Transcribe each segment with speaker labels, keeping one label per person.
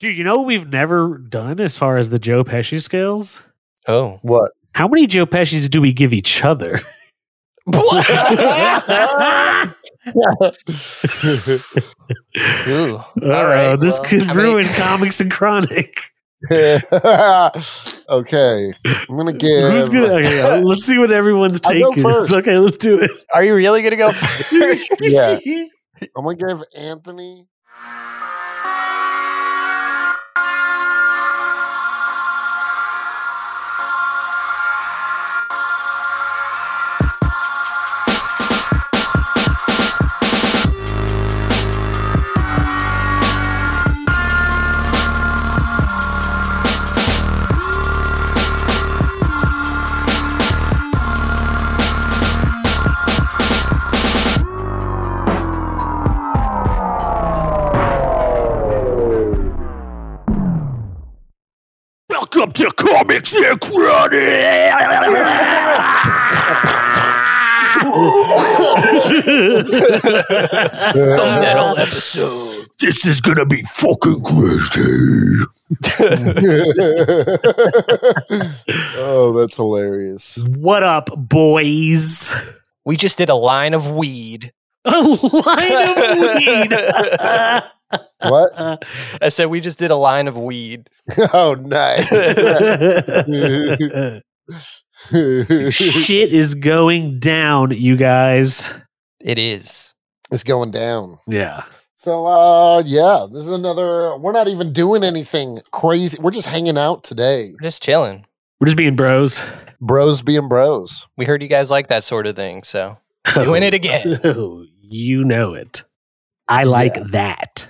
Speaker 1: Dude, you know what we've never done as far as the Joe Pesci scales?
Speaker 2: Oh.
Speaker 3: What?
Speaker 1: How many Joe Pesci's do we give each other? Uh,
Speaker 2: Ooh.
Speaker 1: Uh,
Speaker 2: All right.
Speaker 1: this
Speaker 2: well,
Speaker 1: could
Speaker 2: how many-
Speaker 1: ruin comics and chronic.
Speaker 3: okay, I'm gonna give.
Speaker 1: Who's gonna? Okay, let's see what everyone's
Speaker 3: I'll go
Speaker 1: take is.
Speaker 3: first.
Speaker 1: Okay, let's do it.
Speaker 2: Are you really going to go first?
Speaker 3: Yeah. I'm gonna give Anthony.
Speaker 1: Welcome to comics and chronic.
Speaker 3: Uh,
Speaker 2: episode.
Speaker 1: this is gonna be fucking crazy.
Speaker 3: oh, that's hilarious.
Speaker 1: What up, boys?
Speaker 2: We just did a line of weed.
Speaker 1: A line of
Speaker 3: What?
Speaker 2: I said we just did a line of weed.
Speaker 3: Oh, nice.
Speaker 1: weed. Shit is going down, you guys.
Speaker 2: It is.
Speaker 3: it's going down.
Speaker 1: Yeah.
Speaker 3: So, uh, yeah, this is another. We're not even doing anything crazy. We're just hanging out today,
Speaker 2: We're just chilling.
Speaker 1: We're just being bros.
Speaker 3: bros being bros.
Speaker 2: We heard you guys like that sort of thing, so doing it again.
Speaker 1: Oh, you know it. I like that.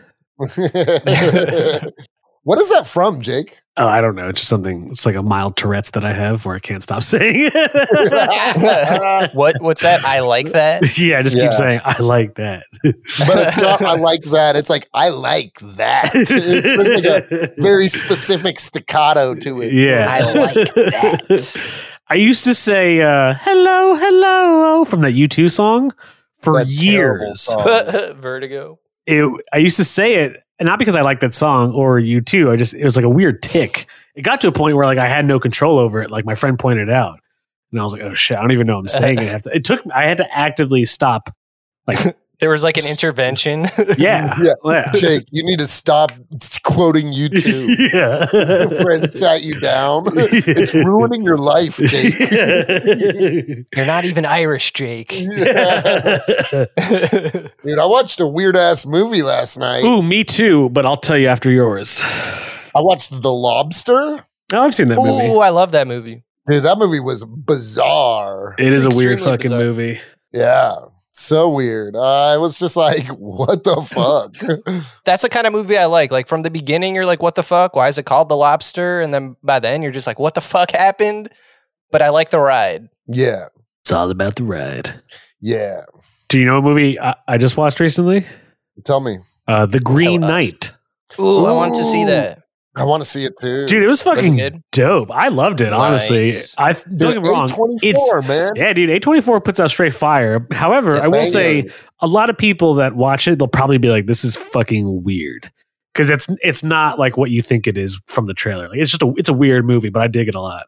Speaker 3: what is that from, Jake?
Speaker 1: Oh, I don't know. It's just something. It's like a mild Tourette's that I have where I can't stop saying. it.
Speaker 3: but
Speaker 2: What? What's that? I like that.
Speaker 1: yeah, I just
Speaker 3: Yeah.
Speaker 1: keep saying I like that.
Speaker 3: it's not. I like that. It's like I like that. It's like a very specific staccato to it.
Speaker 1: yeah,
Speaker 2: I like that.
Speaker 1: I used to say uh, "hello, hello" oh, from that U two song for
Speaker 3: That terrible
Speaker 1: years.
Speaker 3: song.
Speaker 2: Oh. Vertigo.
Speaker 1: It, I used to say it, and not because I liked that song or U two. I just it was like a weird tick. It got to a point where like I had no control over it. Like my friend pointed out, and I was like, "Oh shit, I don't even know I'm saying it." I have to- It took. I had to actively stop.
Speaker 2: There was like an intervention.
Speaker 1: Yeah,
Speaker 3: Yeah.
Speaker 1: yeah.
Speaker 3: Jake, you need to stop quoting you two.
Speaker 1: yeah.
Speaker 3: Your friend sat you down. It's ruining your life, Jake.
Speaker 2: You're not even Irish, Jake. Ooh,
Speaker 3: Dude, I watched a weird ass movie last night.
Speaker 1: Ooh, me too. But I'll tell you after yours.
Speaker 3: I watched The Lobster.
Speaker 1: Oh, I've seen that movie.
Speaker 2: I love that movie.
Speaker 3: Dude, that movie was bizarre.
Speaker 1: It is a weird
Speaker 2: Extremely
Speaker 1: fucking
Speaker 2: bizarre.
Speaker 1: movie.
Speaker 3: Yeah. So weird. I was just like, what the fuck?
Speaker 2: That's the kind of movie I like. Like from the beginning, you're like, "What the fuck? Why is it called The Lobster?" And then by the end, you're just like, "What the fuck happened?" But I like the ride.
Speaker 3: yeah.
Speaker 1: It's all about the ride.
Speaker 3: Yeah.
Speaker 1: Do you know a movie I, I just watched recently?
Speaker 3: Tell me.
Speaker 1: Uh, the Green
Speaker 2: us.
Speaker 1: Knight.
Speaker 2: Ooh, I wanted to see
Speaker 3: Ooh.
Speaker 2: that.
Speaker 3: I want to see it too.
Speaker 1: Dude, it was fucking
Speaker 2: good?
Speaker 1: dope. I loved it, honestly.
Speaker 2: Nice.
Speaker 1: I don't get me wrong. It's
Speaker 3: 824, man.
Speaker 1: yeah, dude. A twenty four puts out straight fire. However,
Speaker 2: Yes,
Speaker 1: I will
Speaker 2: they
Speaker 1: say
Speaker 3: do.
Speaker 1: a lot of people that watch it, they'll probably be like, "This is fucking weird," because it's it's not like what you think it is from the trailer. Like it's just a it's a weird movie, but I dig it a lot.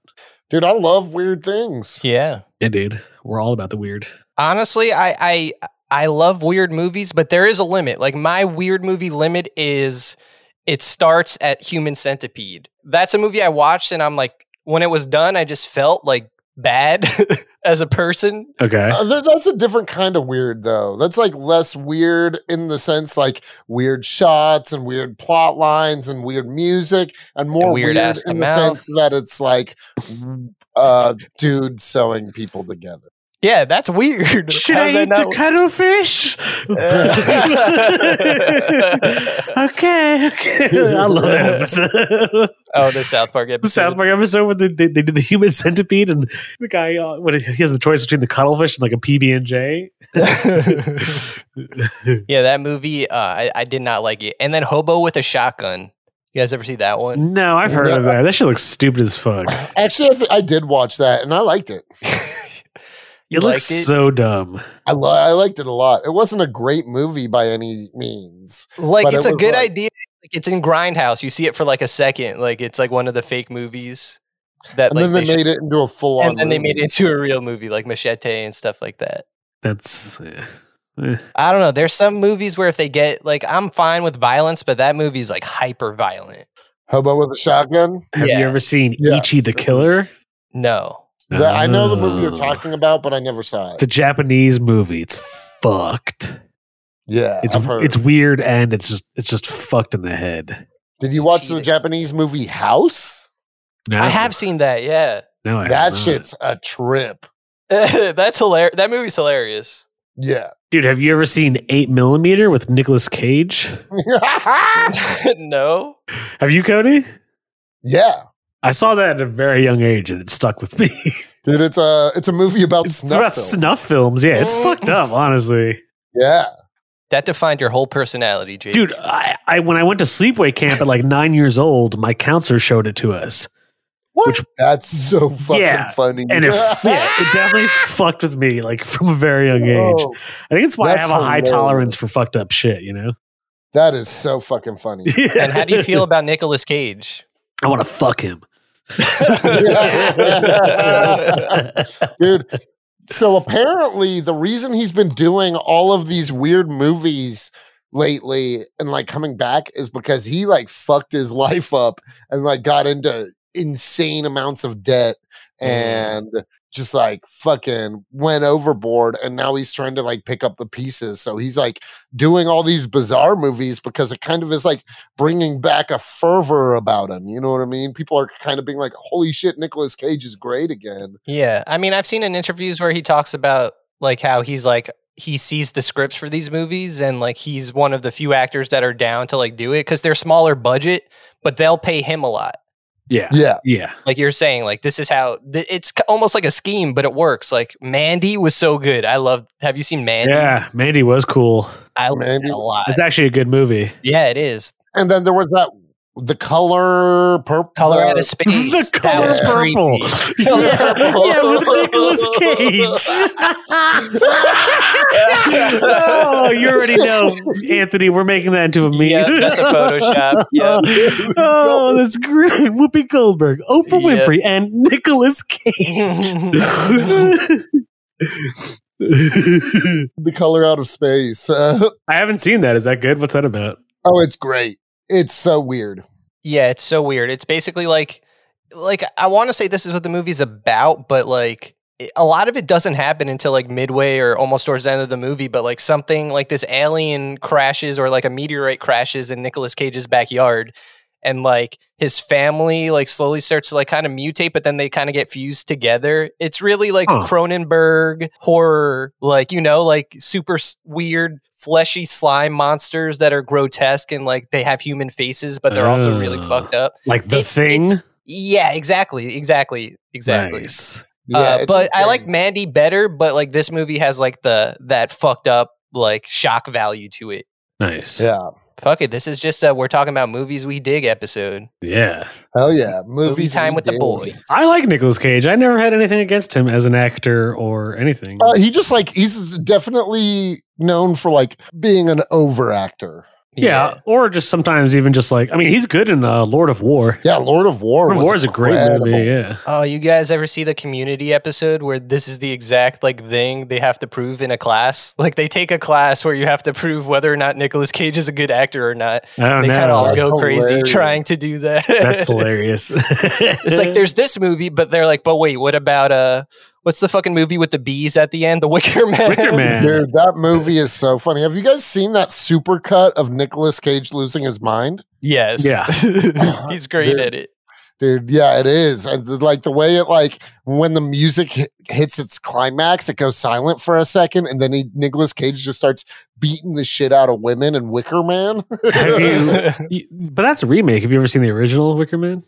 Speaker 3: Dude, I love weird things.
Speaker 2: Yeah.
Speaker 1: Indeed, we're all about the weird.
Speaker 2: Honestly, I I I love weird movies, but there is a limit. Like my weird movie limit is it starts at Human Centipede. That's a movie I watched and I'm like when it was done, I just felt like bad as a person.
Speaker 1: Okay,
Speaker 3: Uh, th- that's a different kind of weird, though. That's like less weird in the sense like weird shots and weird plot lines and weird music, and more
Speaker 2: weird
Speaker 3: weird,
Speaker 2: ass to
Speaker 3: in the
Speaker 2: mouth.
Speaker 3: sense that it's like uh, dude sewing people together.
Speaker 2: Yeah, that's weird.
Speaker 1: should
Speaker 2: How
Speaker 1: I
Speaker 2: is
Speaker 1: eat
Speaker 2: that
Speaker 1: the
Speaker 2: not-
Speaker 1: cuttlefish? okay, okay. I love that episode.
Speaker 2: oh, the South Park
Speaker 1: the
Speaker 2: episode.
Speaker 1: South Park episode where they, they, they did the human centipede and the guy uh, when he has the choice between the cuttlefish and like a PB and J.
Speaker 2: Yeah, that movie, uh, I, I did not like it. And then Hobo with a Shotgun. You guys ever see that one?
Speaker 1: No, I've heard of that. That shit looks stupid as fuck.
Speaker 3: Actually, I, th- I did watch that and I liked it.
Speaker 2: You
Speaker 1: It looks
Speaker 2: liked it?
Speaker 1: so dumb.
Speaker 3: I, li- I liked it a lot. It wasn't a great movie by any means.
Speaker 2: Like
Speaker 3: But
Speaker 2: it's
Speaker 3: it
Speaker 2: a
Speaker 3: was
Speaker 2: good
Speaker 3: like-
Speaker 2: idea Like, it's in Grindhouse. You see it for like a second. Like it's like one of the fake movies that
Speaker 3: And
Speaker 2: like
Speaker 3: then they,
Speaker 2: showed-
Speaker 3: made it into a full on.
Speaker 2: and then they made it into a real movie like Machete and stuff like that.
Speaker 1: That's eh. Eh.
Speaker 2: I don't know. There's some movies where if they get like I'm fine with violence, but that movie's like hyper violent.
Speaker 3: Hobo with a shotgun.
Speaker 1: Have
Speaker 2: Yeah.
Speaker 1: you ever seen
Speaker 3: Yeah.
Speaker 1: Ichi the Killer?
Speaker 2: No.
Speaker 3: That- I know the movie you're
Speaker 1: Oh.
Speaker 3: talking about, but I never saw
Speaker 1: It's a
Speaker 3: it.
Speaker 1: Japanese movie. It's fucked.
Speaker 3: Yeah,
Speaker 1: It's
Speaker 3: I've heard.
Speaker 1: it's weird and it's just it's just fucked in the head.
Speaker 3: Did you watch the
Speaker 2: cheating.
Speaker 3: Japanese movie House?
Speaker 1: No,
Speaker 2: I have seen that, yeah.
Speaker 1: no, I have
Speaker 3: that
Speaker 1: not.
Speaker 3: shit's a trip.
Speaker 2: That's hilarious. That movie's hilarious.
Speaker 3: Yeah.
Speaker 1: Dude, have you ever seen Eight Millimeter with Nicolas Cage?
Speaker 2: no.
Speaker 1: Have you, Cody?
Speaker 3: yeah.
Speaker 1: I saw that at a very young age and it stuck with me.
Speaker 3: Dude, it's a it's a movie about
Speaker 1: it's
Speaker 3: snuff.
Speaker 1: about
Speaker 3: film.
Speaker 1: snuff films. Yeah, it's
Speaker 2: Mm.
Speaker 1: fucked up, honestly.
Speaker 3: Yeah.
Speaker 2: That defined your whole personality, Jake.
Speaker 1: Dude, I, I when I went to sleepaway camp at like nine years old, my counselor showed it to us.
Speaker 2: What?
Speaker 1: Which-
Speaker 3: That's so fucking
Speaker 1: Yeah,
Speaker 3: funny.
Speaker 1: And it, yeah, it definitely fucked with me like from a very young age.
Speaker 3: Oh,
Speaker 1: I think it's why I
Speaker 3: That's
Speaker 1: have a high
Speaker 3: hilarious.
Speaker 1: tolerance for fucked up shit, you know?
Speaker 3: that is so fucking funny.
Speaker 2: and how do you feel about Nicolas Cage?
Speaker 1: I want to fuck him.
Speaker 3: Dude, so apparently the reason he's been doing all of these weird movies lately and like coming back is because he like fucked his life up and like got into insane amounts of debt
Speaker 2: Mm.
Speaker 3: and just like fucking went overboard and now he's trying to like pick up the pieces so he's like doing all these bizarre movies because it kind of is like bringing back a fervor about him you know what i mean people are kind of being like holy shit nicolas cage is great again
Speaker 2: Yeah. I mean, I've seen in interviews where he talks about like how he's like he sees the scripts for these movies and like he's one of the few actors that are down to like do it because they're smaller budget, but they'll pay him a lot.
Speaker 1: yeah.
Speaker 3: yeah
Speaker 1: Yeah.
Speaker 2: Like you're saying, like this is how th- it's k- almost like a scheme, but it works. Like Mandy was so good. I love. Have you seen Mandy?
Speaker 1: Yeah. Mandy was cool.
Speaker 2: I love
Speaker 3: Mandy
Speaker 2: it a lot.
Speaker 1: It's actually a good movie.
Speaker 2: Yeah, it is.
Speaker 3: And then there was that the color purple
Speaker 2: Color out of space.
Speaker 1: the
Speaker 2: that
Speaker 1: color
Speaker 2: was
Speaker 1: purple.
Speaker 2: creepy. Color
Speaker 1: yeah.
Speaker 2: Purple.
Speaker 1: yeah, with Nicolas Cage. oh, you already know, Anthony. We're making that into a meme.
Speaker 2: Yeah, that's a Photoshop. Yeah.
Speaker 1: oh, that's great. Whoopi Goldberg, Oprah
Speaker 2: Yeah.
Speaker 1: Winfrey, and Nicolas Cage.
Speaker 3: the color out of space. Uh,
Speaker 1: I haven't seen that. Is that good? What's that about?
Speaker 3: oh, it's great. It's so weird.
Speaker 2: Yeah, it's so weird. It's basically like like I want to say this is what the movie's about, but like it- a lot of it doesn't happen until like midway or almost towards the end of the movie, but like something like this alien crashes or like a meteorite crashes in Nicolas Cage's backyard and like his family like slowly starts to like kind of mutate but then they kind of get fused together it's really like
Speaker 1: Huh.
Speaker 2: cronenberg horror like you know like super s- weird fleshy slime monsters that are grotesque and like they have human faces but they're also really
Speaker 1: Oh.
Speaker 2: fucked up
Speaker 1: Like the
Speaker 2: It's-
Speaker 1: thing?
Speaker 2: it's- yeah exactly exactly exactly
Speaker 1: Nice.
Speaker 3: Yeah,
Speaker 2: uh,
Speaker 3: it's
Speaker 2: but I
Speaker 3: insane.
Speaker 2: like Mandy better, but like this movie has like the that fucked up like shock value to it.
Speaker 1: Nice. Yeah.
Speaker 3: Yeah,
Speaker 2: Fuck it, this is just a we're talking about movies we dig episode.
Speaker 3: hell yeah, movies
Speaker 2: Movie time
Speaker 3: we
Speaker 2: with the
Speaker 3: dig.
Speaker 2: boys.
Speaker 1: I like Nicolas Cage. I never had anything against him as an actor or anything.
Speaker 2: Oh,
Speaker 3: Uh, he just like he's definitely known for like being an over actor.
Speaker 1: yeah. Or just sometimes even just like, I mean, he's good in uh, Lord of War.
Speaker 3: Yeah, Lord of War.
Speaker 1: Lord of
Speaker 3: was
Speaker 1: War is a great
Speaker 3: incredible.
Speaker 1: movie. Yeah.
Speaker 2: Oh, you guys ever see the community episode where this is the exact like thing they have to prove in a class? Like they take a class where you have to prove whether or not Nicolas Cage is a good actor or not.
Speaker 1: I don't
Speaker 2: they kind of
Speaker 1: know.
Speaker 2: all
Speaker 3: That's
Speaker 2: go crazy
Speaker 3: hilarious.
Speaker 2: trying to do that.
Speaker 1: That's hilarious.
Speaker 2: It's like there's this movie, but they're like, but wait, what about uh, what's the fucking movie with the bees at the end, The Wicker Man?
Speaker 1: Wicker Man.
Speaker 3: Dude, that movie is so funny. Have you guys seen that supercut of Nicolas Cage losing his mind?
Speaker 2: Yes.
Speaker 1: Yeah.
Speaker 2: He's great
Speaker 3: Dude.
Speaker 2: at it.
Speaker 3: dude yeah it is And th- like the way it like when the music hi- hits its climax it goes silent for a second and then he Nicolas Cage just starts beating the shit out of women and Wicker Man
Speaker 1: Have you- You- but that's a remake. Have you ever seen the original Wicker Man?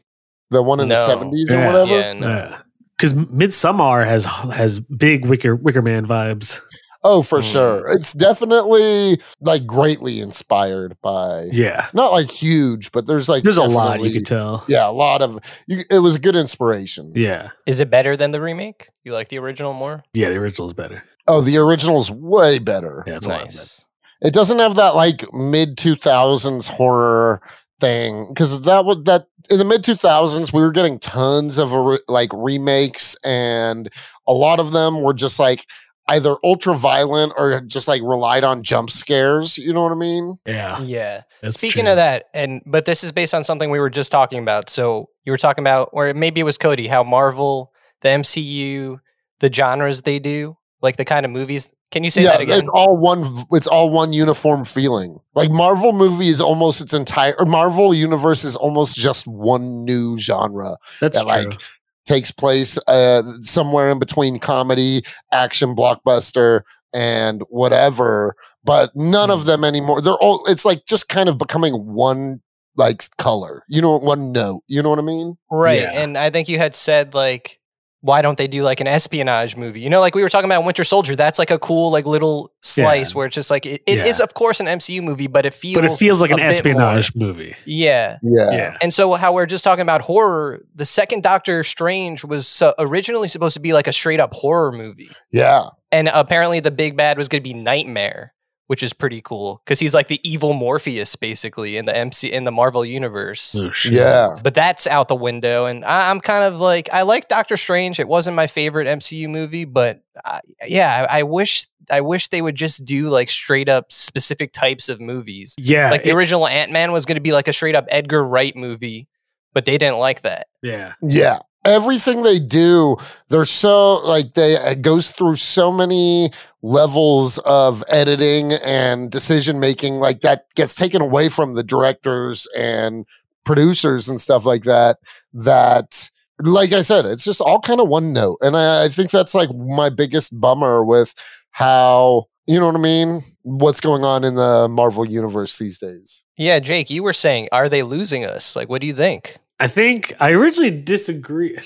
Speaker 3: the one in the
Speaker 2: No.
Speaker 3: 70s or
Speaker 1: Yeah.
Speaker 3: whatever
Speaker 2: yeah, no.
Speaker 1: Because Midsummer has has big Wicker Wicker Man vibes.
Speaker 3: oh for
Speaker 2: Mm.
Speaker 3: sure it's definitely like greatly inspired by
Speaker 1: Yeah,
Speaker 3: not like huge but there's like
Speaker 1: there's a lot you
Speaker 3: definitely-
Speaker 1: can tell.
Speaker 3: yeah a lot of you, it was a good inspiration
Speaker 1: Yeah,
Speaker 2: Is it better than the remake? You like the original more?
Speaker 1: yeah, the original is better.
Speaker 3: oh the original's way better
Speaker 1: Yeah, it's a lot better.
Speaker 2: nice.
Speaker 3: It doesn't have that like mid 2000s horror thing because that was that in the mid 2000s we were getting tons of uh, like remakes and a lot of them were just like either ultra violent or just like relied on jump scares you know what i mean
Speaker 1: Yeah.
Speaker 2: Yeah.
Speaker 1: Ah, that's
Speaker 2: Speaking
Speaker 1: true.
Speaker 2: of that, and but this is based on something we were just talking about. So you were talking about, or maybe it was Cody, how Marvel, the MCU, the genres they do, like the kind of movies. Can you say that again?
Speaker 3: it's all one. v- It's all one uniform feeling. Like Marvel movie is almost its entire or Marvel universe is almost just one new genre.
Speaker 1: that's
Speaker 3: that,
Speaker 1: true.
Speaker 3: like, Takes place uh, somewhere in between comedy, action, blockbuster, and whatever. But none of them anymore. They're all. It's like just kind of becoming one like color. You know, one note. You know what I mean?
Speaker 2: Right.
Speaker 1: Yeah.
Speaker 2: And I think you had said like why don't they do like an espionage movie? You know, like we were talking about Winter Soldier. That's like a cool like little slice where it's just like it, it is,
Speaker 1: Yeah.
Speaker 2: of course an MCU movie, but it feels
Speaker 1: but it feels like
Speaker 2: a
Speaker 1: an
Speaker 2: bit more.
Speaker 1: espionage movie.
Speaker 2: Yeah.
Speaker 3: Yeah.
Speaker 1: yeah.
Speaker 2: And so how we are just talking about horror, the second Doctor Strange was so originally supposed to be like a straight up horror movie.
Speaker 3: Yeah.
Speaker 2: And apparently the big bad was going to be Nightmare, which is pretty cool cuz he's like the evil Morpheus basically in the MC in the Marvel universe
Speaker 1: Oh, shit.
Speaker 3: Yeah.
Speaker 2: but that's out the window. And I, I'm kind of like, I like Doctor Strange. It wasn't my favorite MCU movie, but I, yeah, I, I wish I wish they would just do like straight up specific types of movies.
Speaker 1: Yeah.
Speaker 2: like the
Speaker 1: it-
Speaker 2: original Ant Man was going to be like a straight up Edgar Wright movie, but they didn't like that.
Speaker 1: yeah.
Speaker 3: Yeah. Everything they do, they're so like they it goes through so many levels of editing and decision making. Like that gets taken away from the directors and producers and stuff like that. That, like I said, it's just all kind of one note. And I, I think that's like my biggest bummer with how you know what I mean. What's going on in the Marvel universe these days?
Speaker 2: Yeah, Jake, you were saying, are they losing us? Like, what do you think?
Speaker 1: I think I originally disagreed.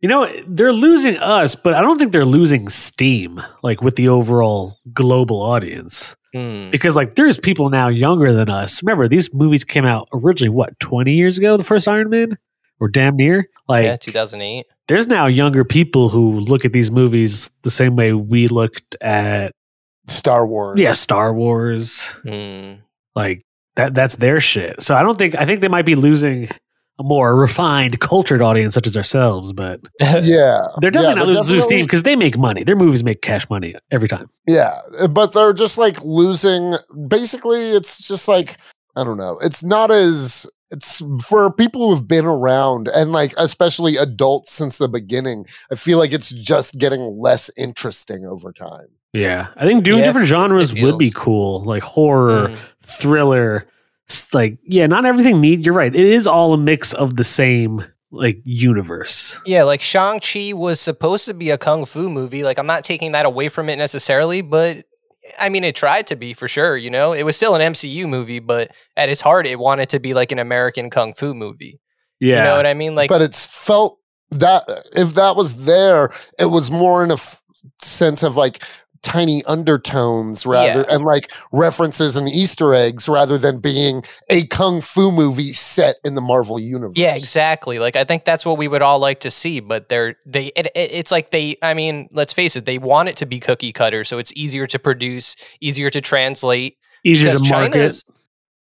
Speaker 1: You know, they're losing us, but I don't think they're losing steam like with the overall global audience.
Speaker 2: Hmm.
Speaker 1: Because like there's people now younger than us. Remember, these movies came out originally what, 20 years ago, the first Iron Man? Or damn near? Like
Speaker 2: yeah, 2008.
Speaker 1: there's now younger people who look at these movies the same way we looked at
Speaker 3: Star Wars.
Speaker 1: yeah, Star Wars,
Speaker 2: Hmm.
Speaker 1: like that that's their shit so i don't think i think they might be losing a more refined cultured audience such as ourselves but
Speaker 3: Yeah.
Speaker 1: they're definitely not
Speaker 3: Yeah, they're
Speaker 1: losing
Speaker 3: definitely-
Speaker 1: steam because they make money their movies make cash money every time
Speaker 3: Yeah, uh, but they're just like losing. Basically, it's just like I don't know. It's not as it's for people who've been around and like especially adults since the beginning. I feel like it's just getting less interesting over time.
Speaker 1: yeah i think doing
Speaker 2: Yeah,
Speaker 1: different genres
Speaker 2: it
Speaker 1: would be
Speaker 2: feels-
Speaker 1: cool like horror
Speaker 2: Hmm.
Speaker 1: thriller s- like yeah not everything need you're right it is all a mix of the same like universe
Speaker 2: Yeah, like Shang-Chi was supposed to be a kung fu movie. Like, I'm not taking that away from it necessarily, but I mean, it tried to be for sure, you know? It was still an MCU movie, but at its heart, it wanted to be like an American kung fu movie.
Speaker 1: yeah
Speaker 2: You know what I mean? Like,
Speaker 3: but it's felt that uh, if that was there, it was more in a f- sense of like tiny undertones rather and like references and Easter eggs rather than being a kung fu movie set in the Marvel universe.
Speaker 2: yeah, exactly. Like, I think that's what we would all like to see, but they're, they, it, it- it's like they, I mean, let's face it, they want it to be cookie cutter. So it's easier to produce, easier to translate.
Speaker 1: easier
Speaker 2: Because
Speaker 1: to
Speaker 2: China
Speaker 1: market
Speaker 2: is-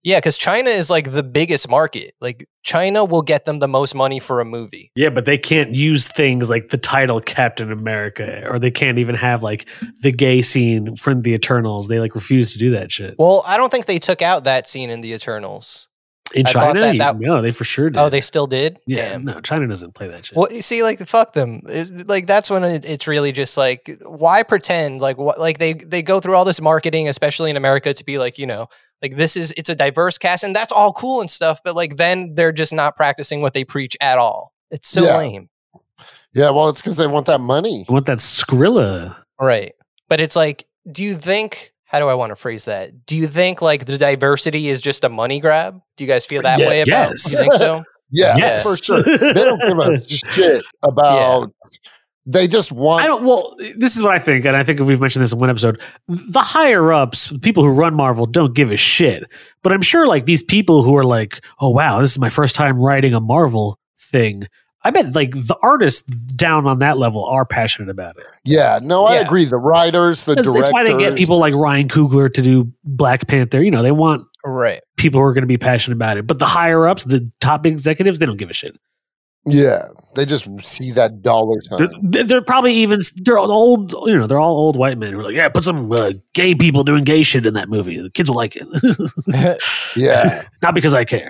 Speaker 2: yeah, because China is like the biggest market. Like China will get them the most money for a movie.
Speaker 1: Yeah, but they can't use things like the title Captain America, or they can't even have like the gay scene from the Eternals. They like refuse to do that shit
Speaker 2: Well, I don't think they took out that scene in the Eternals.
Speaker 1: in
Speaker 2: I thought
Speaker 1: China.
Speaker 2: that-
Speaker 1: you-
Speaker 2: that-
Speaker 1: no, they for sure did.
Speaker 2: Oh, they still did.
Speaker 1: yeah,
Speaker 2: Damn.
Speaker 1: no, China doesn't play that shit.
Speaker 2: Well, you see, like fuck them. It's, like that's when it, it's really just like, why pretend? Like what? Like they they go through all this marketing, especially in America, to be like, you know, like this is it's a diverse cast, and that's all cool and stuff. But like then they're just not practicing what they preach at all. It's so
Speaker 3: Yeah.
Speaker 2: lame.
Speaker 3: Yeah, well, it's because they want that money.
Speaker 1: I want that Skrilla?
Speaker 2: Right. But it's like, do you think, how do I want to phrase that? Do you think like the diversity is just a money grab? Do you guys feel that
Speaker 3: Yeah.
Speaker 2: way about You
Speaker 1: Yes.
Speaker 2: think so?
Speaker 3: Yeah,
Speaker 1: yes,
Speaker 3: for sure. They don't give a shit about. They just want.
Speaker 1: I don't. Well, this is what I think, and I think we've mentioned this in one episode. The higher ups, the people who run Marvel, don't give a shit. But I'm sure, like these people who are like, "Oh wow, this is my first time writing a Marvel thing." I bet, like the artists down on that level are passionate about it.
Speaker 3: yeah, no, I
Speaker 2: Yeah.
Speaker 3: agree. The writers, the
Speaker 1: That's,
Speaker 3: directors.
Speaker 1: that's why they get people like Ryan Coogler to do Black Panther. You know, they want
Speaker 2: Right.
Speaker 1: people who are going to be passionate about it. But the higher ups, the top executives, they don't give a shit.
Speaker 3: Yeah, they just see that dollar sign.
Speaker 1: They're, they're probably even they're all old, you know, they're all old white men who are like, yeah, put some uh, gay people doing gay shit in that movie. The kids will like it.
Speaker 3: Yeah,
Speaker 1: Not because I care.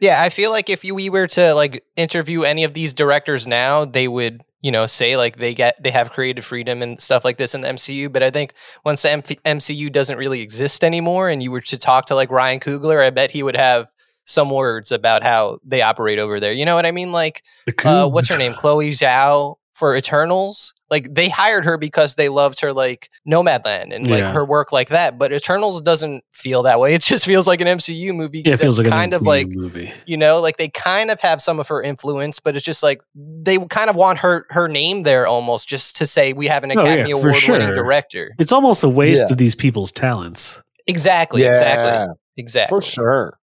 Speaker 2: Yeah, I feel like if you we were to like interview any of these directors now, they would, you know, say like they get they have creative freedom and stuff like this in the MCU. But I think once the MF MCU doesn't really exist anymore, and you were to talk to like Ryan Coogler, I bet he would have some words about how they operate over there. You know what I mean? Like,
Speaker 1: The
Speaker 2: uh,
Speaker 1: Cougs.
Speaker 2: what's her name? Chloe Zhao for Eternals. Like they hired her because they loved her like Nomadland and like
Speaker 1: Yeah.
Speaker 2: her work like that. But Eternals doesn't feel that way. It just feels like an MCU movie.
Speaker 1: Yeah, it feels like
Speaker 2: that's
Speaker 1: an
Speaker 2: kind of
Speaker 1: MCU
Speaker 2: like
Speaker 1: movie.
Speaker 2: you know like they kind of have some of her influence but it's just like they kind of want her her name there almost just to say we have an
Speaker 1: Oh, yeah,
Speaker 2: academy
Speaker 1: for
Speaker 2: award winning
Speaker 1: sure.
Speaker 2: director
Speaker 1: It's almost a waste
Speaker 3: Yeah.
Speaker 1: of these people's talents.
Speaker 2: exactly
Speaker 3: yeah,
Speaker 2: exactly exactly
Speaker 3: for sure.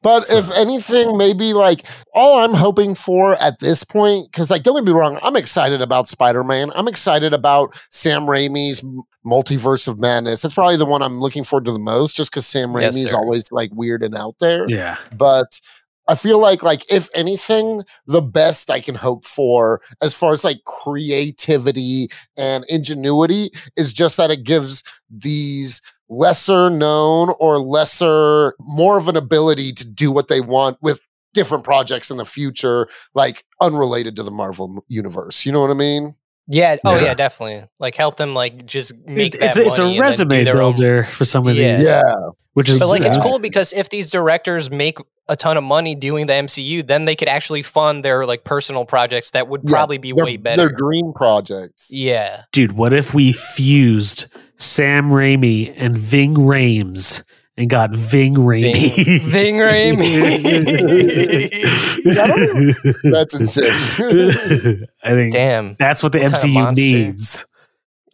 Speaker 3: But if
Speaker 1: So-
Speaker 3: anything, maybe like all I'm hoping for at this point, because like don't get me wrong, I'm excited about Spider Man. I'm excited about Sam Raimi's M- Multiverse of Madness. That's probably the one I'm looking forward to the most, just because Sam
Speaker 2: Yes,
Speaker 3: Raimi is
Speaker 2: sir.
Speaker 3: always like weird and out there.
Speaker 1: Yeah,
Speaker 3: but I feel like like if anything, the best I can hope for as far as like creativity and ingenuity is just that it gives these lesser known or lesser more of an ability to do what they want with different projects in the future like unrelated to the Marvel m- universe. You know what I mean?
Speaker 2: yeah oh yeah.
Speaker 1: Yeah.
Speaker 2: definitely like help them like just make
Speaker 1: It-
Speaker 2: that
Speaker 1: it's a, it's a
Speaker 2: money and then do
Speaker 1: resume
Speaker 2: their own-
Speaker 1: builder for some of
Speaker 2: Yeah.
Speaker 1: these,
Speaker 3: Yeah.
Speaker 1: which is uh,
Speaker 2: but like it's
Speaker 3: Yeah.
Speaker 2: cool because if these directors make a ton of money doing the MCU then they could actually fund their like personal projects that would
Speaker 3: Yeah,
Speaker 2: probably be
Speaker 3: Their-
Speaker 2: way
Speaker 3: Their
Speaker 2: better
Speaker 3: dream projects.
Speaker 2: yeah
Speaker 1: dude, what if we fused Sam Raimi and Ving Rames and got Ving Raimi?
Speaker 2: Ving Rames.
Speaker 3: That's insane.
Speaker 1: I think
Speaker 2: damn
Speaker 1: that's what the
Speaker 2: What kind of
Speaker 1: MCU
Speaker 2: monster?
Speaker 1: needs.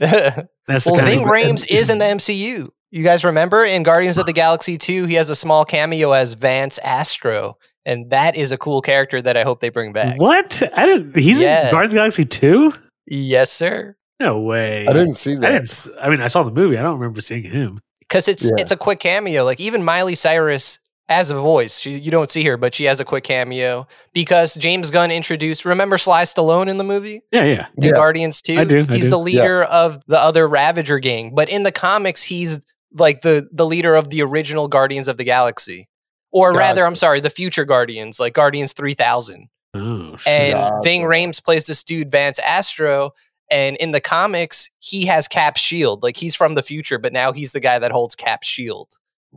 Speaker 1: That's the
Speaker 2: well,
Speaker 1: kind
Speaker 2: Ving
Speaker 1: of
Speaker 2: Rhames is in the MCU. You guys remember in Guardians of the Galaxy 2, he has a small cameo as Vance Astro, and that is a cool character that I hope they bring back.
Speaker 1: what I didn't. He's
Speaker 2: Yeah.
Speaker 1: in Guardians of the Galaxy two.
Speaker 2: Yes, sir.
Speaker 1: No way.
Speaker 3: I didn't see
Speaker 1: I
Speaker 3: that.
Speaker 1: didn't. s- I mean, I saw the movie. I don't remember seeing him.
Speaker 2: Because it's
Speaker 3: Yeah.
Speaker 2: it's a quick cameo. Like even Miley Cyrus as a voice, she, you don't see her, but she has a quick cameo because James Gunn introduced. Remember Sly Stallone in the movie?
Speaker 1: Yeah, yeah.
Speaker 2: in
Speaker 3: Yeah.
Speaker 2: Guardians 2.
Speaker 1: I do, I
Speaker 2: he's
Speaker 1: do.
Speaker 2: the leader of the other Ravager gang, but in the comics, he's like the the leader of the original Guardians of the Galaxy, or rather, I'm sorry, the future Guardians, like Guardians 3000.
Speaker 1: Oh, shit.
Speaker 2: And
Speaker 3: Gotcha.
Speaker 2: Ving Rhames plays this dude Vance Astro, and in the comics, he has Cap's shield, like he's from the future, but now he's the guy that holds Cap's shield.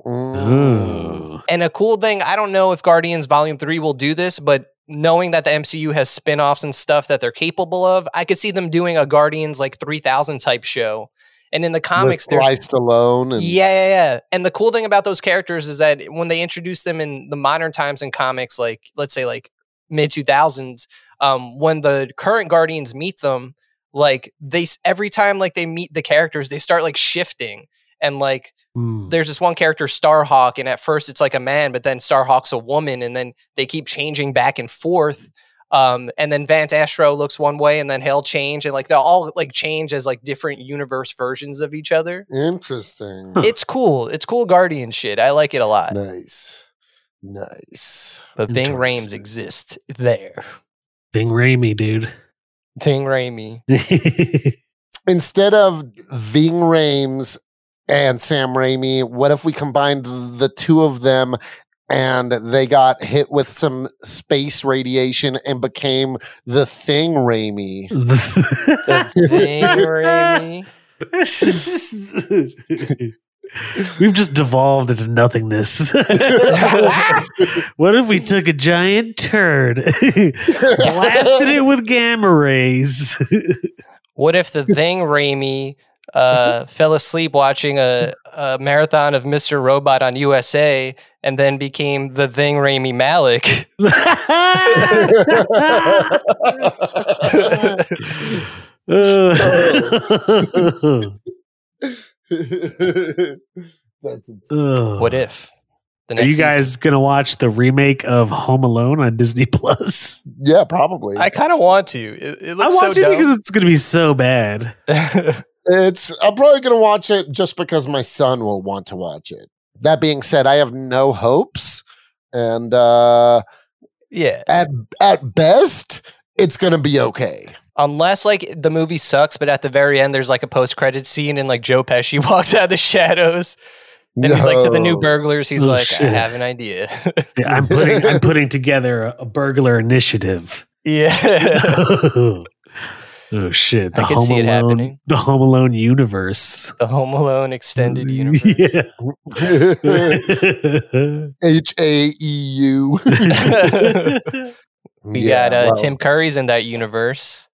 Speaker 3: Mm.
Speaker 1: oh.
Speaker 2: And a cool thing, I don't know if Guardians Volume 3 will do this, but knowing that the MCU has spin-offs and stuff that they're capable of, I could see them doing a Guardians like 3000 type show. And in the comics
Speaker 3: With
Speaker 2: there's
Speaker 3: Sly Stallone
Speaker 2: yeah,
Speaker 3: and
Speaker 2: yeah, yeah. And the cool thing about those characters is that when they introduce them in the modern times in comics, like let's say like mid two thousands, um, when the current Guardians meet them, like they s- every time like they meet the characters, they start like shifting and like
Speaker 1: Hmm.
Speaker 2: there's this one character starhawk and at first it's like a man but then starhawk's a woman and then they keep changing back and forth um, and then vance astro looks one way and then he'll change and like they'll all like change as like different universe versions of each other
Speaker 3: Interesting.
Speaker 1: Huh.
Speaker 2: it's cool it's cool guardian shit i like it a lot
Speaker 3: Nice. Nice.
Speaker 2: but bing rames
Speaker 1: Interesting.
Speaker 2: exists there
Speaker 1: Ving Raimi, dude.
Speaker 2: bing ramey
Speaker 3: Instead of Ving Rames and Sam Raimi, what if we combined the two of them and they got hit with some space radiation and became the Thing Raimi?
Speaker 2: bing ramey
Speaker 1: We've just devolved into nothingness. what if we took a giant turd, blasted it with gamma rays?
Speaker 2: What if the thing Raimi uh, fell asleep watching a, a marathon of Mr. Robot on USA and then became the thing Raimi Malik?
Speaker 3: That's insane.
Speaker 1: what
Speaker 2: What if? The
Speaker 1: Are you
Speaker 2: season?
Speaker 1: guys gonna watch the remake of Home Alone on Disney Plus?
Speaker 3: Yeah, probably.
Speaker 2: I kind of want to. It, it
Speaker 1: I
Speaker 2: looks
Speaker 1: watch
Speaker 2: so
Speaker 1: it
Speaker 2: dumb.
Speaker 1: because it's gonna be so bad.
Speaker 3: it's I'm probably gonna watch it just because my son will want to watch it. That being said, I have no hopes, and uh,
Speaker 2: Yeah.
Speaker 3: at at best, it's gonna be okay.
Speaker 2: Unless like the movie sucks, but at the very end there's like a post credit scene and like Joe Pesci walks out of the shadows and he's like to the new
Speaker 3: No.
Speaker 2: burglars, he's
Speaker 1: Oh,
Speaker 2: like, I
Speaker 1: shit.
Speaker 2: have an idea.
Speaker 1: Yeah, I'm putting I'm putting together a, a burglar initiative.
Speaker 2: yeah.
Speaker 1: oh shit! The
Speaker 2: I could
Speaker 1: Home
Speaker 2: see it
Speaker 1: Alone,
Speaker 2: happening.
Speaker 1: the Home Alone universe,
Speaker 2: The Home Alone extended universe.
Speaker 1: Yeah.
Speaker 3: H A E U.
Speaker 2: We
Speaker 3: Yeah,
Speaker 2: got uh,
Speaker 3: well,
Speaker 2: Tim Curry's in that universe.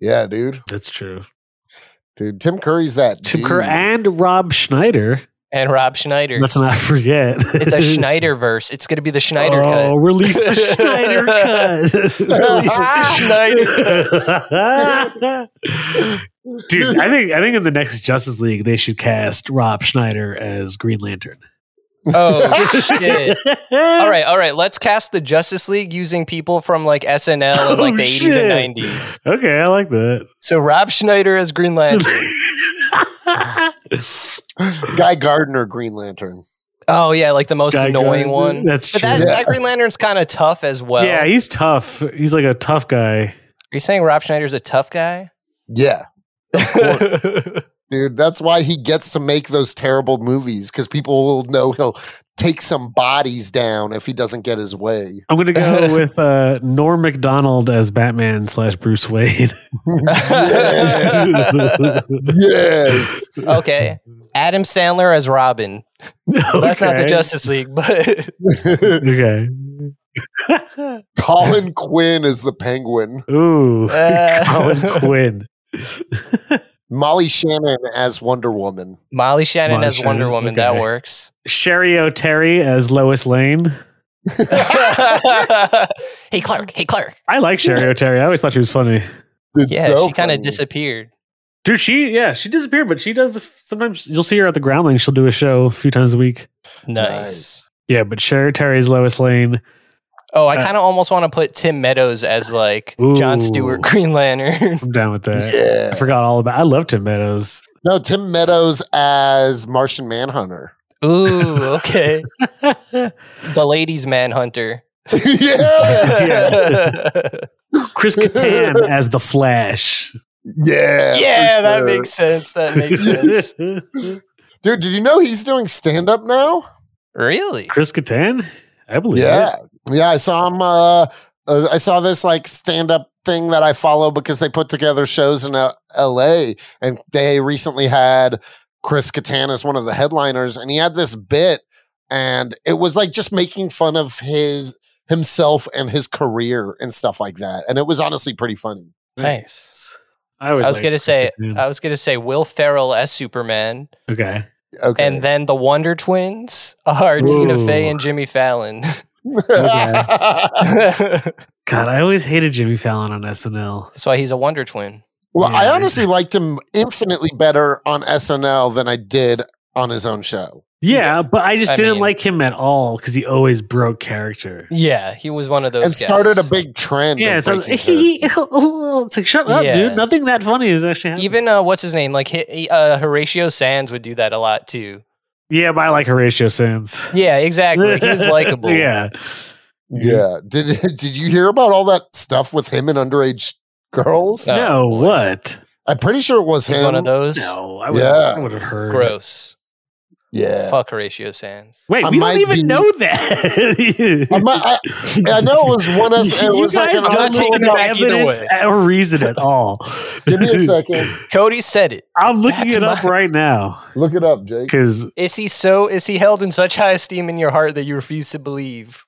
Speaker 3: Yeah, dude,
Speaker 1: That's true.
Speaker 3: dude. Tim Curry's that.
Speaker 1: Tim
Speaker 3: dude.
Speaker 1: Kerr and Rob Schneider.
Speaker 2: And Rob Schneider.
Speaker 1: Let's not forget.
Speaker 2: It's a Schneider verse. It's gonna be the Schneider
Speaker 1: oh,
Speaker 2: cut.
Speaker 1: release the Schneider cut. Release the Schneider. Dude, I think I think in the next Justice League they should cast Rob Schneider as Green Lantern.
Speaker 2: Oh shit. All right, all right. Let's cast the Justice League using people from like SNL and like
Speaker 1: Oh,
Speaker 2: the eighties
Speaker 1: shit.
Speaker 2: and nineties.
Speaker 1: Okay, I like that.
Speaker 2: So Rob Schneider as Green Lantern.
Speaker 3: Guy Gardner, Green Lantern.
Speaker 2: oh yeah, like the most
Speaker 1: Guy
Speaker 2: annoying
Speaker 1: Gardner.
Speaker 2: one.
Speaker 1: That's
Speaker 2: But
Speaker 1: true.
Speaker 2: that,
Speaker 3: Yeah.
Speaker 2: that Green Lantern's kind of tough as well.
Speaker 1: yeah, he's tough. He's like a tough guy.
Speaker 2: Are you saying Rob Schneider's a tough guy?
Speaker 3: Yeah, dude. That's why he gets to make those terrible movies because people will know he'll take some bodies down if he doesn't get his way.
Speaker 1: I'm gonna go with uh, Norm Macdonald as Batman slash Bruce Wayne.
Speaker 3: Yeah. yes.
Speaker 2: okay. Adam Sandler as Robin. Well, that's not the
Speaker 1: Okay.
Speaker 2: Justice League, but
Speaker 1: Okay.
Speaker 3: Colin Quinn is the penguin.
Speaker 1: Ooh,
Speaker 2: Uh,
Speaker 1: Colin Quinn.
Speaker 3: Molly Shannon as Wonder Woman.
Speaker 2: Molly Shannon
Speaker 1: Molly
Speaker 2: as Wonder
Speaker 1: Shannon,
Speaker 2: Woman. That
Speaker 1: okay.
Speaker 2: works.
Speaker 1: Sherry O'Terry as Lois Lane.
Speaker 2: hey Clark. Hey Clark.
Speaker 1: I like Sherry O'Terry. I always thought she was funny.
Speaker 3: It's
Speaker 2: Yeah,
Speaker 3: so
Speaker 2: she kind of
Speaker 3: funny.
Speaker 2: disappeared.
Speaker 1: Dude, she yeah, she disappeared, but she does. Sometimes you'll see her at the Groundling. She'll do a show a few times a week.
Speaker 2: Nice.
Speaker 1: Yeah, but Sherry O'Terry's Lois Lane.
Speaker 2: Oh, I
Speaker 1: Uh,
Speaker 2: kind of almost want to put Tim Meadows as like John
Speaker 1: Ooh.
Speaker 2: Stewart Green Lantern.
Speaker 1: I'm down with that. I
Speaker 3: Yeah.
Speaker 1: forgot all about. I love Tim Meadows.
Speaker 3: No, Tim Meadows as Martian Manhunter.
Speaker 2: Ooh, okay. the ladies manhunter.
Speaker 3: yeah.
Speaker 1: Chris Kattan as the Flash.
Speaker 3: Yeah. for
Speaker 2: yeah, that
Speaker 3: sure.
Speaker 2: makes sense. That makes sense.
Speaker 3: Dude, did you know he's doing stand up now?
Speaker 2: really?
Speaker 1: Chris Kattan, I believe.
Speaker 3: Yeah.
Speaker 1: it.
Speaker 3: Yeah, I saw him uh, uh I saw this like stand up thing that I follow because they put together shows in uh, LA and they recently had Chris Kattan as one of the headliners and he had this bit and it was like just making fun of his himself and his career and stuff like that and it was honestly pretty funny.
Speaker 2: Nice.
Speaker 1: I always
Speaker 2: I was
Speaker 1: liked
Speaker 2: gonna
Speaker 1: Chris
Speaker 2: say- uh,
Speaker 1: Kattan.
Speaker 2: I was gonna say Will Ferrell as Superman,
Speaker 1: okay.
Speaker 3: Okay.
Speaker 2: and then the Wonder Twins are Tina
Speaker 1: Ooh.
Speaker 2: Fey and Jimmy Fallon.
Speaker 1: God, I always hated Jimmy Fallon on SNL.
Speaker 2: That's why he's a Wonder Twin.
Speaker 3: Well, I
Speaker 1: Yeah.
Speaker 3: honestly liked him infinitely better on SNL than I did on his own show.
Speaker 1: Yeah, but I just
Speaker 2: I
Speaker 1: didn't
Speaker 2: mean-
Speaker 1: like him at all because he always broke character.
Speaker 2: Yeah, he was one of those.
Speaker 3: and started
Speaker 2: guys.
Speaker 3: a big trend.
Speaker 1: Yeah,
Speaker 3: of
Speaker 1: so oh,
Speaker 3: breaking character.
Speaker 1: it's like shut up,
Speaker 2: Yeah.
Speaker 1: dude. Nothing that funny is actually happening.
Speaker 2: Even uh, what's his name? Like hi- he- uh, Horatio Sands would do that a lot too.
Speaker 1: yeah, but I like Horatio Sands.
Speaker 2: Yeah, exactly. He was likable.
Speaker 1: yeah,
Speaker 3: yeah. Did did you hear about all that stuff with him and underage girls?
Speaker 2: No.
Speaker 1: no,
Speaker 2: Oh, boy.
Speaker 1: what?
Speaker 3: I'm pretty sure it was
Speaker 2: he's
Speaker 3: him.
Speaker 2: one of those.
Speaker 1: No, I would.
Speaker 3: Yeah.
Speaker 1: I would have heard.
Speaker 2: Gross.
Speaker 3: Yeah.
Speaker 2: Fuck Horatio Sands.
Speaker 1: Wait,
Speaker 3: I
Speaker 1: we
Speaker 3: might
Speaker 1: don't even
Speaker 3: be-
Speaker 1: know that.
Speaker 3: I, might- I, I know it was one of it
Speaker 1: you
Speaker 3: was like
Speaker 1: guys
Speaker 3: an
Speaker 1: don't
Speaker 2: taking
Speaker 1: listen
Speaker 2: it
Speaker 1: to
Speaker 2: back either
Speaker 1: evidence
Speaker 2: way.
Speaker 1: or reason at all.
Speaker 3: Give me a second.
Speaker 2: Cody said it.
Speaker 1: I'm looking
Speaker 2: That's
Speaker 1: it up
Speaker 2: my-
Speaker 1: right now
Speaker 3: Look it up, Jake.
Speaker 1: because
Speaker 2: Is he so? Is he held in such high esteem in your heart that you refuse to believe?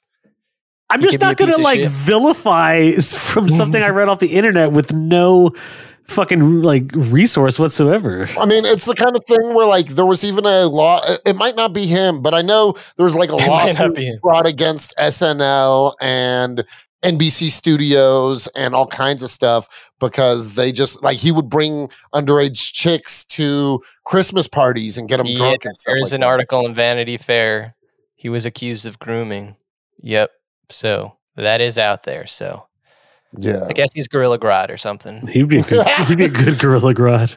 Speaker 1: I'm
Speaker 2: You
Speaker 1: just
Speaker 2: could be
Speaker 1: not
Speaker 2: a piece
Speaker 1: gonna
Speaker 2: of
Speaker 1: like
Speaker 2: shit.
Speaker 1: vilify s- from something I read off the internet with no fucking like resource whatsoever.
Speaker 3: I mean, it's the kind of thing where like there was even a law. It might not be him, but I know there was like a
Speaker 2: It might not
Speaker 3: lawsuit
Speaker 2: be him.
Speaker 3: brought against SNL and NBC Studios and all kinds of stuff because they just like he would bring underage chicks to Christmas parties and get them
Speaker 2: Yeah,
Speaker 3: drunk. And stuff
Speaker 2: There's
Speaker 3: like
Speaker 2: an
Speaker 3: that.
Speaker 2: article in Vanity Fair. He was accused of grooming. Yep. So that is out there. So
Speaker 3: Yeah.
Speaker 2: I guess he's Gorilla Grodd or something.
Speaker 1: He'd be a good, he'd be a good gorilla grod.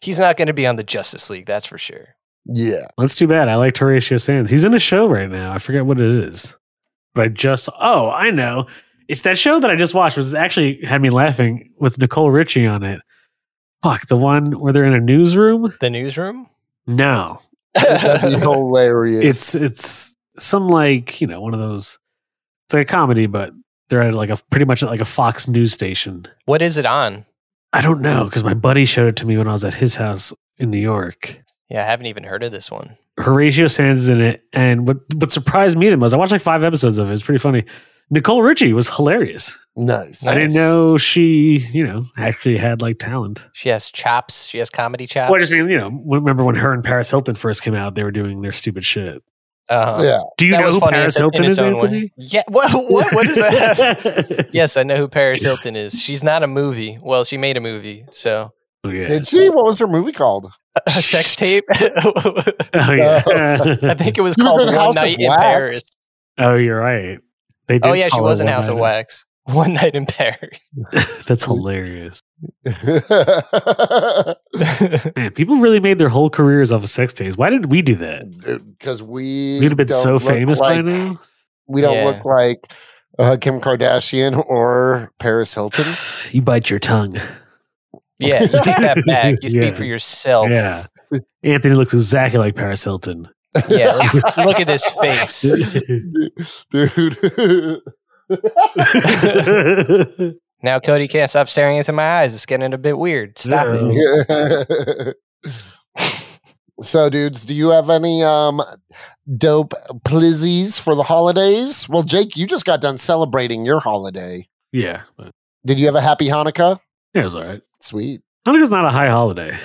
Speaker 2: he's not going to be on the Justice League. That's for sure.
Speaker 3: Yeah.
Speaker 1: That's too bad. I liked Horatio Sands. He's in a show right now. I forget what it is, but I just oh I know it's that show that I just watched. Was actually had me laughing with Nicole Richie on it. Fuck the one where they're in a newsroom.
Speaker 2: The newsroom.
Speaker 1: No,
Speaker 3: That'd be
Speaker 1: it's
Speaker 3: hilarious.
Speaker 1: it's some like you know one of those. It's like a comedy, but they're at like a pretty much at like a Fox News station.
Speaker 2: what is it on?
Speaker 1: I don't know because my buddy showed it to me when I was at his house in New York.
Speaker 2: Yeah, I haven't even heard of this one.
Speaker 1: Horatio Sands is in it, and what what surprised me the most, I watched like five episodes of it. It's pretty funny. Nicole Richie was hilarious.
Speaker 3: nice.
Speaker 1: I didn't
Speaker 2: Nice.
Speaker 1: know she, you know, actually had like talent.
Speaker 2: She has chops. She has comedy chops.
Speaker 1: Well, I just mean, you know, remember when her and Paris Hilton first came out, they were doing their stupid shit.
Speaker 2: Uh-huh.
Speaker 3: Yeah.
Speaker 1: Do you
Speaker 2: that
Speaker 1: know
Speaker 2: was
Speaker 1: who
Speaker 2: funny
Speaker 1: Paris
Speaker 2: in,
Speaker 1: Hilton
Speaker 2: in its
Speaker 1: is?
Speaker 2: own
Speaker 1: Anthony?
Speaker 2: way. Yeah. What? What? What is that? yes, I know who Paris Hilton is. She's not a movie. Well, she made a movie. So
Speaker 1: Oh, yeah.
Speaker 3: Did she? What was her movie called?
Speaker 2: a sex tape. I
Speaker 1: Oh, yeah.
Speaker 2: think it was
Speaker 3: She was
Speaker 2: called
Speaker 3: in
Speaker 2: One
Speaker 3: House of
Speaker 2: Night in
Speaker 3: Wax.
Speaker 2: Paris.
Speaker 1: oh, you're right. They did
Speaker 2: Oh yeah, she
Speaker 1: call
Speaker 2: was
Speaker 1: it
Speaker 2: in
Speaker 1: One
Speaker 2: House of
Speaker 1: Night
Speaker 2: Wax. One Night in Paris.
Speaker 1: That's hilarious.
Speaker 3: Because
Speaker 1: Man, people really made their whole careers off of sex tapes. Why did we do that?
Speaker 3: we
Speaker 1: We'd have been
Speaker 3: don't
Speaker 1: so
Speaker 3: look
Speaker 1: famous
Speaker 3: like-
Speaker 1: by now.
Speaker 3: We don't
Speaker 2: Yeah.
Speaker 3: look like uh, Kim Kardashian or Paris Hilton.
Speaker 1: You bite your tongue.
Speaker 2: Yeah, you take that back. You speak
Speaker 1: Yeah.
Speaker 2: for yourself. Yeah,
Speaker 1: Yeah. Anthony looks exactly like Paris Hilton.
Speaker 2: look, look at this face.
Speaker 3: dude.
Speaker 1: That's
Speaker 2: Now Cody can't stop staring into my eyes. It's getting a bit weird. Stop
Speaker 1: Yeah.
Speaker 2: it.
Speaker 1: Oh.
Speaker 3: so, dudes, do you have any um dope plizzies for the holidays? Well, Jake, you just got done celebrating your holiday.
Speaker 1: yeah. but-
Speaker 3: Did you have a happy Hanukkah?
Speaker 1: Yeah, it was all right.
Speaker 3: Sweet.
Speaker 1: Hanukkah's not a high holiday. It's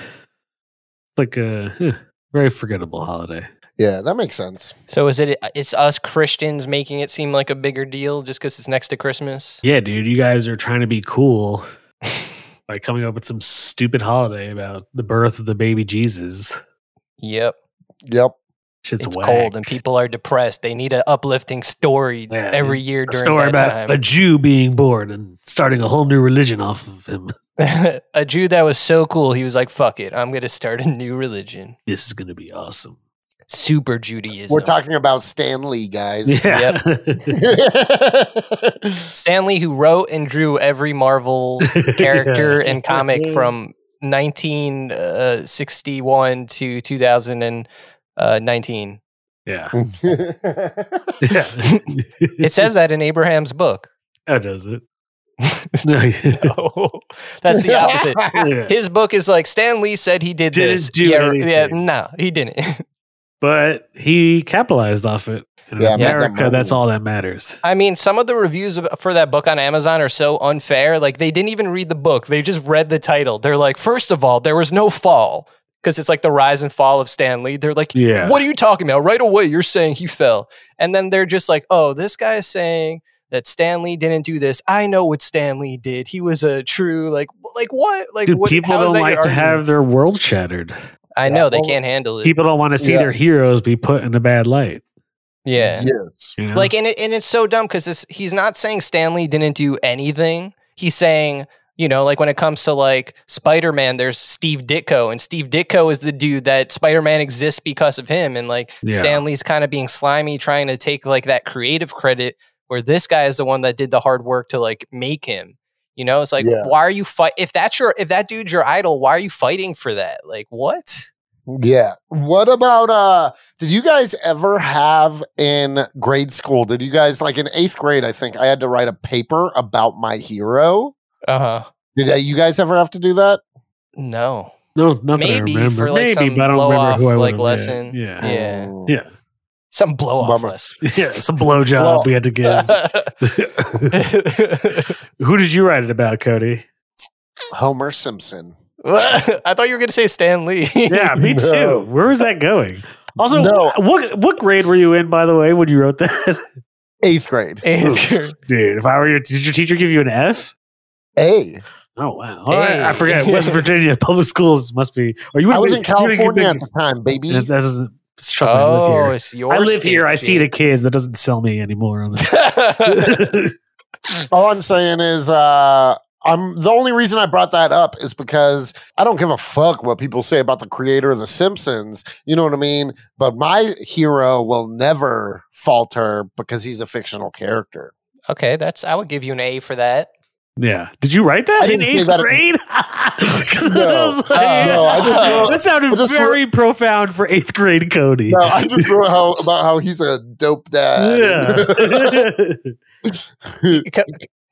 Speaker 1: like a eh, very forgettable holiday.
Speaker 3: Yeah, that makes sense.
Speaker 2: So is it? It's us Christians making it seem like a bigger deal just because it's next to Christmas.
Speaker 1: Yeah, dude, you guys are trying to be cool by coming up with some stupid holiday about the birth of the baby Jesus.
Speaker 2: Yep,
Speaker 3: Yep.
Speaker 1: Shit's
Speaker 2: it's,
Speaker 1: whack.
Speaker 2: cold and people are depressed. They need an uplifting story
Speaker 1: Yeah,
Speaker 2: every year
Speaker 1: A
Speaker 2: during
Speaker 1: story
Speaker 2: that
Speaker 1: about
Speaker 2: time.
Speaker 1: a Jew being born and starting a whole new religion off of him.
Speaker 2: a Jew that was so cool, he was like, "Fuck it, I'm gonna start a new religion."
Speaker 1: This is gonna be awesome.
Speaker 2: Super Judaism.
Speaker 3: We're talking about Stan Lee, guys.
Speaker 1: Yeah.
Speaker 2: Stanley, who wrote and drew every Marvel character
Speaker 1: Yeah.
Speaker 2: and comic from 1961 to 2019.
Speaker 1: Yeah.
Speaker 2: It says that in Abraham's book.
Speaker 1: That does it. no, yeah.
Speaker 2: That's the opposite.
Speaker 1: Yeah.
Speaker 2: His book is like Stan Lee said he did
Speaker 1: Didn't
Speaker 2: this.
Speaker 1: do
Speaker 2: yeah, yeah,
Speaker 1: anything.
Speaker 2: no, he didn't.
Speaker 1: But he capitalized off it. In
Speaker 3: Yeah,
Speaker 2: make that
Speaker 1: America,
Speaker 3: money.
Speaker 1: that's all that matters.
Speaker 2: I mean, some of the reviews ab- for that book on Amazon are so unfair. Like, they didn't even read the book, they just read the title. They're like, first of all, there was no fall because it's like the rise and fall of Stan Lee. They're like,
Speaker 1: Yeah.
Speaker 2: what are you talking about? Right away, you're saying he fell. And then they're just like, oh, this guy is saying that Stanley didn't do this. I know what Stanley did. He was a true, like, like what? Like,
Speaker 1: Dude,
Speaker 2: what,
Speaker 1: people
Speaker 2: how is
Speaker 1: don't
Speaker 2: that your
Speaker 1: like to
Speaker 2: argument?
Speaker 1: have their world shattered.
Speaker 2: I know, they
Speaker 3: Well,
Speaker 2: can't handle it.
Speaker 1: People don't want to see
Speaker 3: Yeah.
Speaker 1: their heroes be put in a bad light.
Speaker 2: yeah.
Speaker 3: Yes.
Speaker 1: You know?
Speaker 2: Like, and, it, and it's so dumb because he's not saying Stanley didn't do anything. He's saying, you know, like when it comes to like Spider Man, there's Steve Ditko, and Steve Ditko is the dude that Spider Man exists because of him. And like
Speaker 1: Yeah.
Speaker 2: Stanley's kind of being slimy, trying to take like that creative credit where this guy is the one that did the hard work to like make him. You know, it's like,
Speaker 3: Yeah.
Speaker 2: why are you fight? If that's your, if that dude's your idol, why are you fighting for that? Like, what?
Speaker 3: Yeah. What about uh did you guys ever have in grade school? Did you guys like in 8th grade I think I had to write a paper about my hero?
Speaker 2: Uh huh.
Speaker 3: Did uh, you guys ever have to do that?
Speaker 2: No.
Speaker 1: no, nothing
Speaker 2: maybe
Speaker 1: I remember.
Speaker 2: for, like,
Speaker 1: maybe,
Speaker 2: some
Speaker 1: but I don't remember who I
Speaker 2: blow-off,
Speaker 1: was.
Speaker 2: like, lesson.
Speaker 1: Yeah. Yeah.
Speaker 2: Yeah.
Speaker 3: Mm.
Speaker 1: Yeah.
Speaker 2: Some blow off
Speaker 3: Bummer.
Speaker 2: list.
Speaker 1: Yeah, Some blowjob
Speaker 3: Well-
Speaker 1: we had to give. who did you write it about, Cody?
Speaker 3: Homer Simpson.
Speaker 2: I thought you were going to say Stan Lee.
Speaker 1: Yeah, me
Speaker 3: No.
Speaker 1: too. Where was that going? Also,
Speaker 3: No.
Speaker 1: what what grade were you in, by the way, when you wrote that?
Speaker 3: 8th grade.
Speaker 2: Andrew.
Speaker 1: Dude, if I were your did your teacher give you an F?
Speaker 3: A.
Speaker 1: Oh wow! All right,
Speaker 2: Hey.
Speaker 1: I forget. West Virginia public schools must be. Or you
Speaker 3: I
Speaker 1: would've
Speaker 3: was
Speaker 1: been-
Speaker 3: in
Speaker 1: you would've
Speaker 3: California
Speaker 1: been-
Speaker 3: at the time, baby.
Speaker 1: That doesn't trust me. I live
Speaker 2: Oh,
Speaker 1: here.
Speaker 2: it's your
Speaker 1: I live
Speaker 2: state,
Speaker 1: here. I see the
Speaker 2: dude.
Speaker 1: kids. That doesn't sell me anymore. On
Speaker 3: All I'm saying is uh I'm the only reason I brought that up is because I don't give a fuck what people say about the creator of The Simpsons. You know what I mean? But my hero will never falter because he's a fictional character.
Speaker 2: Okay, that's I would give you an A for that.
Speaker 1: Yeah. Did you write that
Speaker 3: I
Speaker 1: in
Speaker 3: didn't say
Speaker 1: eighth
Speaker 3: that in- Uh,
Speaker 1: grade? 'Cause I was
Speaker 3: No.
Speaker 1: like-
Speaker 2: No, I just
Speaker 3: wrote-
Speaker 1: that sounded
Speaker 3: I just wrote-
Speaker 1: very profound for eighth grade Cody.
Speaker 3: No, I just wrote how, about how he's a dope dad.
Speaker 1: yeah.
Speaker 2: You ca-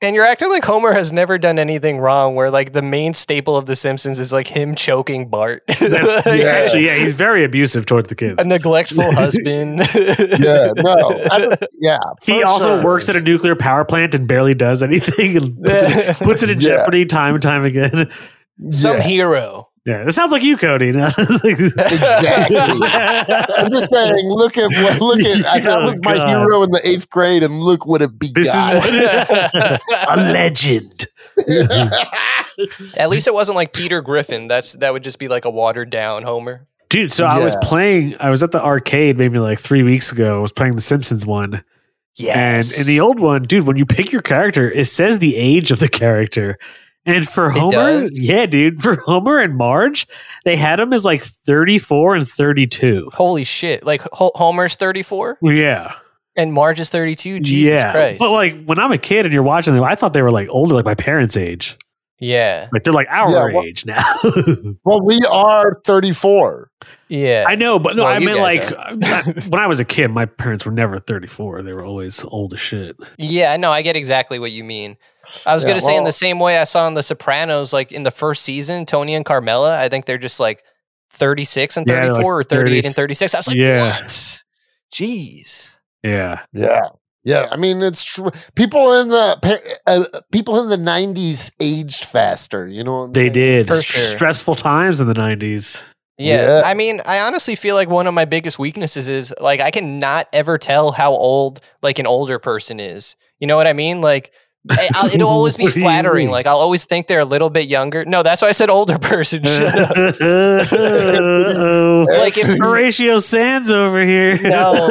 Speaker 2: And you're acting like Homer has never done anything wrong. Where like the main staple of The Simpsons is like him choking Bart,
Speaker 1: That's,
Speaker 2: Like,
Speaker 3: Yeah.
Speaker 1: Actually, yeah, he's very abusive towards the kids.
Speaker 2: a neglectful husband.
Speaker 3: yeah, no, I don't- yeah.
Speaker 1: He
Speaker 3: for
Speaker 1: also
Speaker 3: sure.
Speaker 1: works at a nuclear power plant and barely does anything and puts, it, puts it in
Speaker 3: Yeah.
Speaker 1: jeopardy time and time again.
Speaker 2: Some
Speaker 3: Yeah.
Speaker 2: hero.
Speaker 1: Yeah, this sounds like you, Cody.
Speaker 3: Exactly. I'm just saying, look at what look at I, that
Speaker 1: Oh,
Speaker 3: was my
Speaker 1: God.
Speaker 3: hero in the eighth grade, and look what it begot.
Speaker 1: This is what- a legend.
Speaker 2: At least it wasn't like Peter Griffin. That's that would just be like a watered down Homer.
Speaker 1: Dude, so I was
Speaker 3: Yeah.
Speaker 1: playing, I was at the arcade maybe like three weeks ago. I was playing the Simpsons one. And in the old one, dude, when you pick your character, it says the age of the character. And for Homer,
Speaker 2: does?
Speaker 1: yeah, dude, for Homer and Marge, they had him as like 34 and 32.
Speaker 2: holy shit! Like Ho- Homer's thirty four
Speaker 1: Yeah.
Speaker 2: and Marge is thirty two. Jesus Christ!
Speaker 1: But like when I'm a kid and you're watching them, I thought they were like older, like my parents' age.
Speaker 2: yeah,
Speaker 1: Like they're like our
Speaker 3: Yeah, well-
Speaker 1: age now.
Speaker 3: well, we are 34.
Speaker 2: yeah.
Speaker 1: I know, but no,
Speaker 2: Well,
Speaker 1: I
Speaker 2: you
Speaker 1: meant like
Speaker 2: guys
Speaker 1: when I was a kid, my parents were never 34. They were always old as shit.
Speaker 2: Yeah, no, I get exactly what you mean. I was
Speaker 3: Yeah,
Speaker 2: gonna say in
Speaker 3: well-
Speaker 2: the same way I saw in The Sopranos, like in the first season, Tony and Carmela, I think they're just like 36 and
Speaker 1: Yeah, they're
Speaker 2: 34
Speaker 1: like
Speaker 2: or 38
Speaker 1: 30
Speaker 2: and 36. I was like,
Speaker 1: Yeah.
Speaker 2: what? Jeez.
Speaker 1: Yeah.
Speaker 3: Yeah, yeah. I mean, it's true. People in the pa- uh, people in the 90s aged faster. You know, what I'm
Speaker 1: They
Speaker 3: saying?
Speaker 1: did.
Speaker 2: For
Speaker 1: St-
Speaker 2: sure.
Speaker 1: Stressful times in the 90s.
Speaker 2: Yeah.
Speaker 3: Yeah.
Speaker 2: I mean, I honestly feel like one of my biggest weaknesses is like I cannot ever tell how old like an older person is. You know what I mean? Like I- I'll- it'll always be
Speaker 1: What do you
Speaker 2: flattering.
Speaker 1: mean?
Speaker 2: Like I'll always think they're a little bit younger. No, that's why I said older person. Shut up.
Speaker 1: Uh-oh.
Speaker 2: Like if
Speaker 1: Horatio Sands over here.
Speaker 2: No.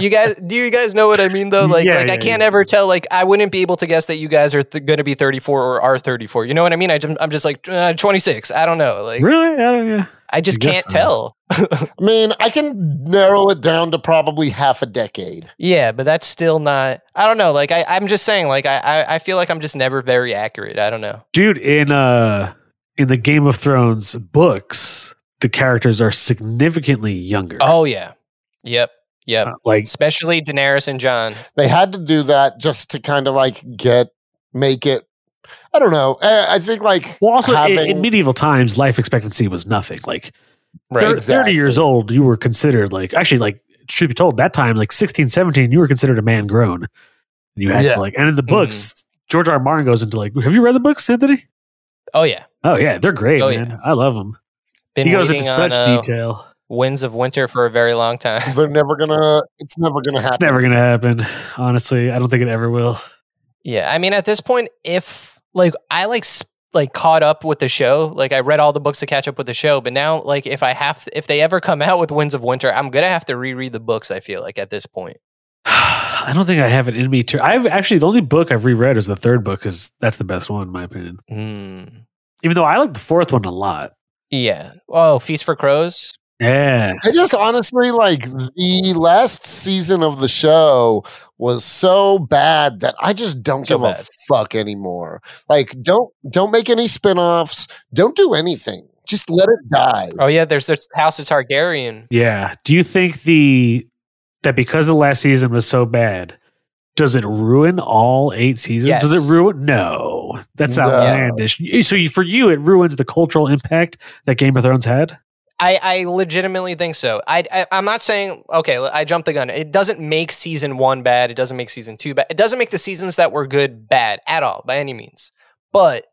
Speaker 2: you guys do you guys know what i mean though like
Speaker 1: Yeah,
Speaker 2: like
Speaker 1: yeah,
Speaker 2: i can't
Speaker 1: yeah.
Speaker 2: ever tell like i wouldn't be able to guess that you guys are th- going to be 34 or are 34 you know what i mean I just, i'm just like uh, 26 i don't know like
Speaker 1: really? I don't know.
Speaker 2: i just
Speaker 1: I guess
Speaker 2: can't
Speaker 1: so.
Speaker 2: tell
Speaker 3: I mean, I can narrow it down to probably half a decade.
Speaker 2: yeah but that's still not i don't know like I, i'm just saying like I, I i feel like i'm just never very accurate i don't know
Speaker 1: Dude, in uh in the Game of Thrones books, the characters are significantly younger.
Speaker 2: oh yeah yep yep
Speaker 1: Uh, like
Speaker 2: especially daenerys and john
Speaker 3: They had to do that just to kind of like get make it. I don't know. I, I think like
Speaker 1: well, also in, in
Speaker 3: having-
Speaker 1: medieval times, life expectancy was nothing. Like thir-
Speaker 2: right
Speaker 1: 30 years old, you were considered like actually like truth be told, that time like 16, 17, you were considered a man grown. And you had
Speaker 3: Yeah.
Speaker 1: to like and in
Speaker 2: Mm-hmm.
Speaker 1: the books, George R. R. Martin goes into like, have you read the books, Anthony?
Speaker 2: oh yeah
Speaker 1: Oh yeah, they're great,
Speaker 2: Oh,
Speaker 1: man. I love them.
Speaker 2: been
Speaker 1: he goes
Speaker 2: waiting
Speaker 1: into
Speaker 2: on
Speaker 1: such
Speaker 2: uh,
Speaker 1: detail.
Speaker 2: winds of winter for a very long time
Speaker 3: they're never gonna. It's never gonna happen.
Speaker 1: It's never gonna happen. Honestly, I don't think it ever will.
Speaker 2: Yeah, I mean, at this point, if like I like sp- like caught up with the show, like I read all the books to catch up with the show, but now like if I have if they ever come out with Winds of Winter, I'm gonna have to reread the books. I feel like at this point,
Speaker 1: I don't think I have it in me to. I've actually the only book I've reread is the third book because that's the best one in my opinion.
Speaker 2: Hmm.
Speaker 1: Even though I like the fourth one a lot.
Speaker 2: yeah. Oh, Feast for Crows.
Speaker 1: Yeah,
Speaker 3: I just honestly like the last season of the show was so bad that I just don't
Speaker 2: So
Speaker 3: give a
Speaker 2: bad.
Speaker 3: fuck anymore. Like don't don't make any spin-offs. Don't do anything. Just let it die.
Speaker 2: Oh yeah, there's there's House of Targaryen.
Speaker 1: yeah. Do you think the that because the last season was so bad, does it ruin all eight seasons? Does
Speaker 2: Yes.
Speaker 1: it ruin? No, that's
Speaker 3: No.
Speaker 1: outlandish. So you, for you, it ruins the cultural impact that Game of Thrones had.
Speaker 2: I, I legitimately think so. I, I I'm not saying okay. I jumped the gun. It doesn't make season one bad. It doesn't make season two bad. It doesn't make the seasons that were good bad at all by any means. But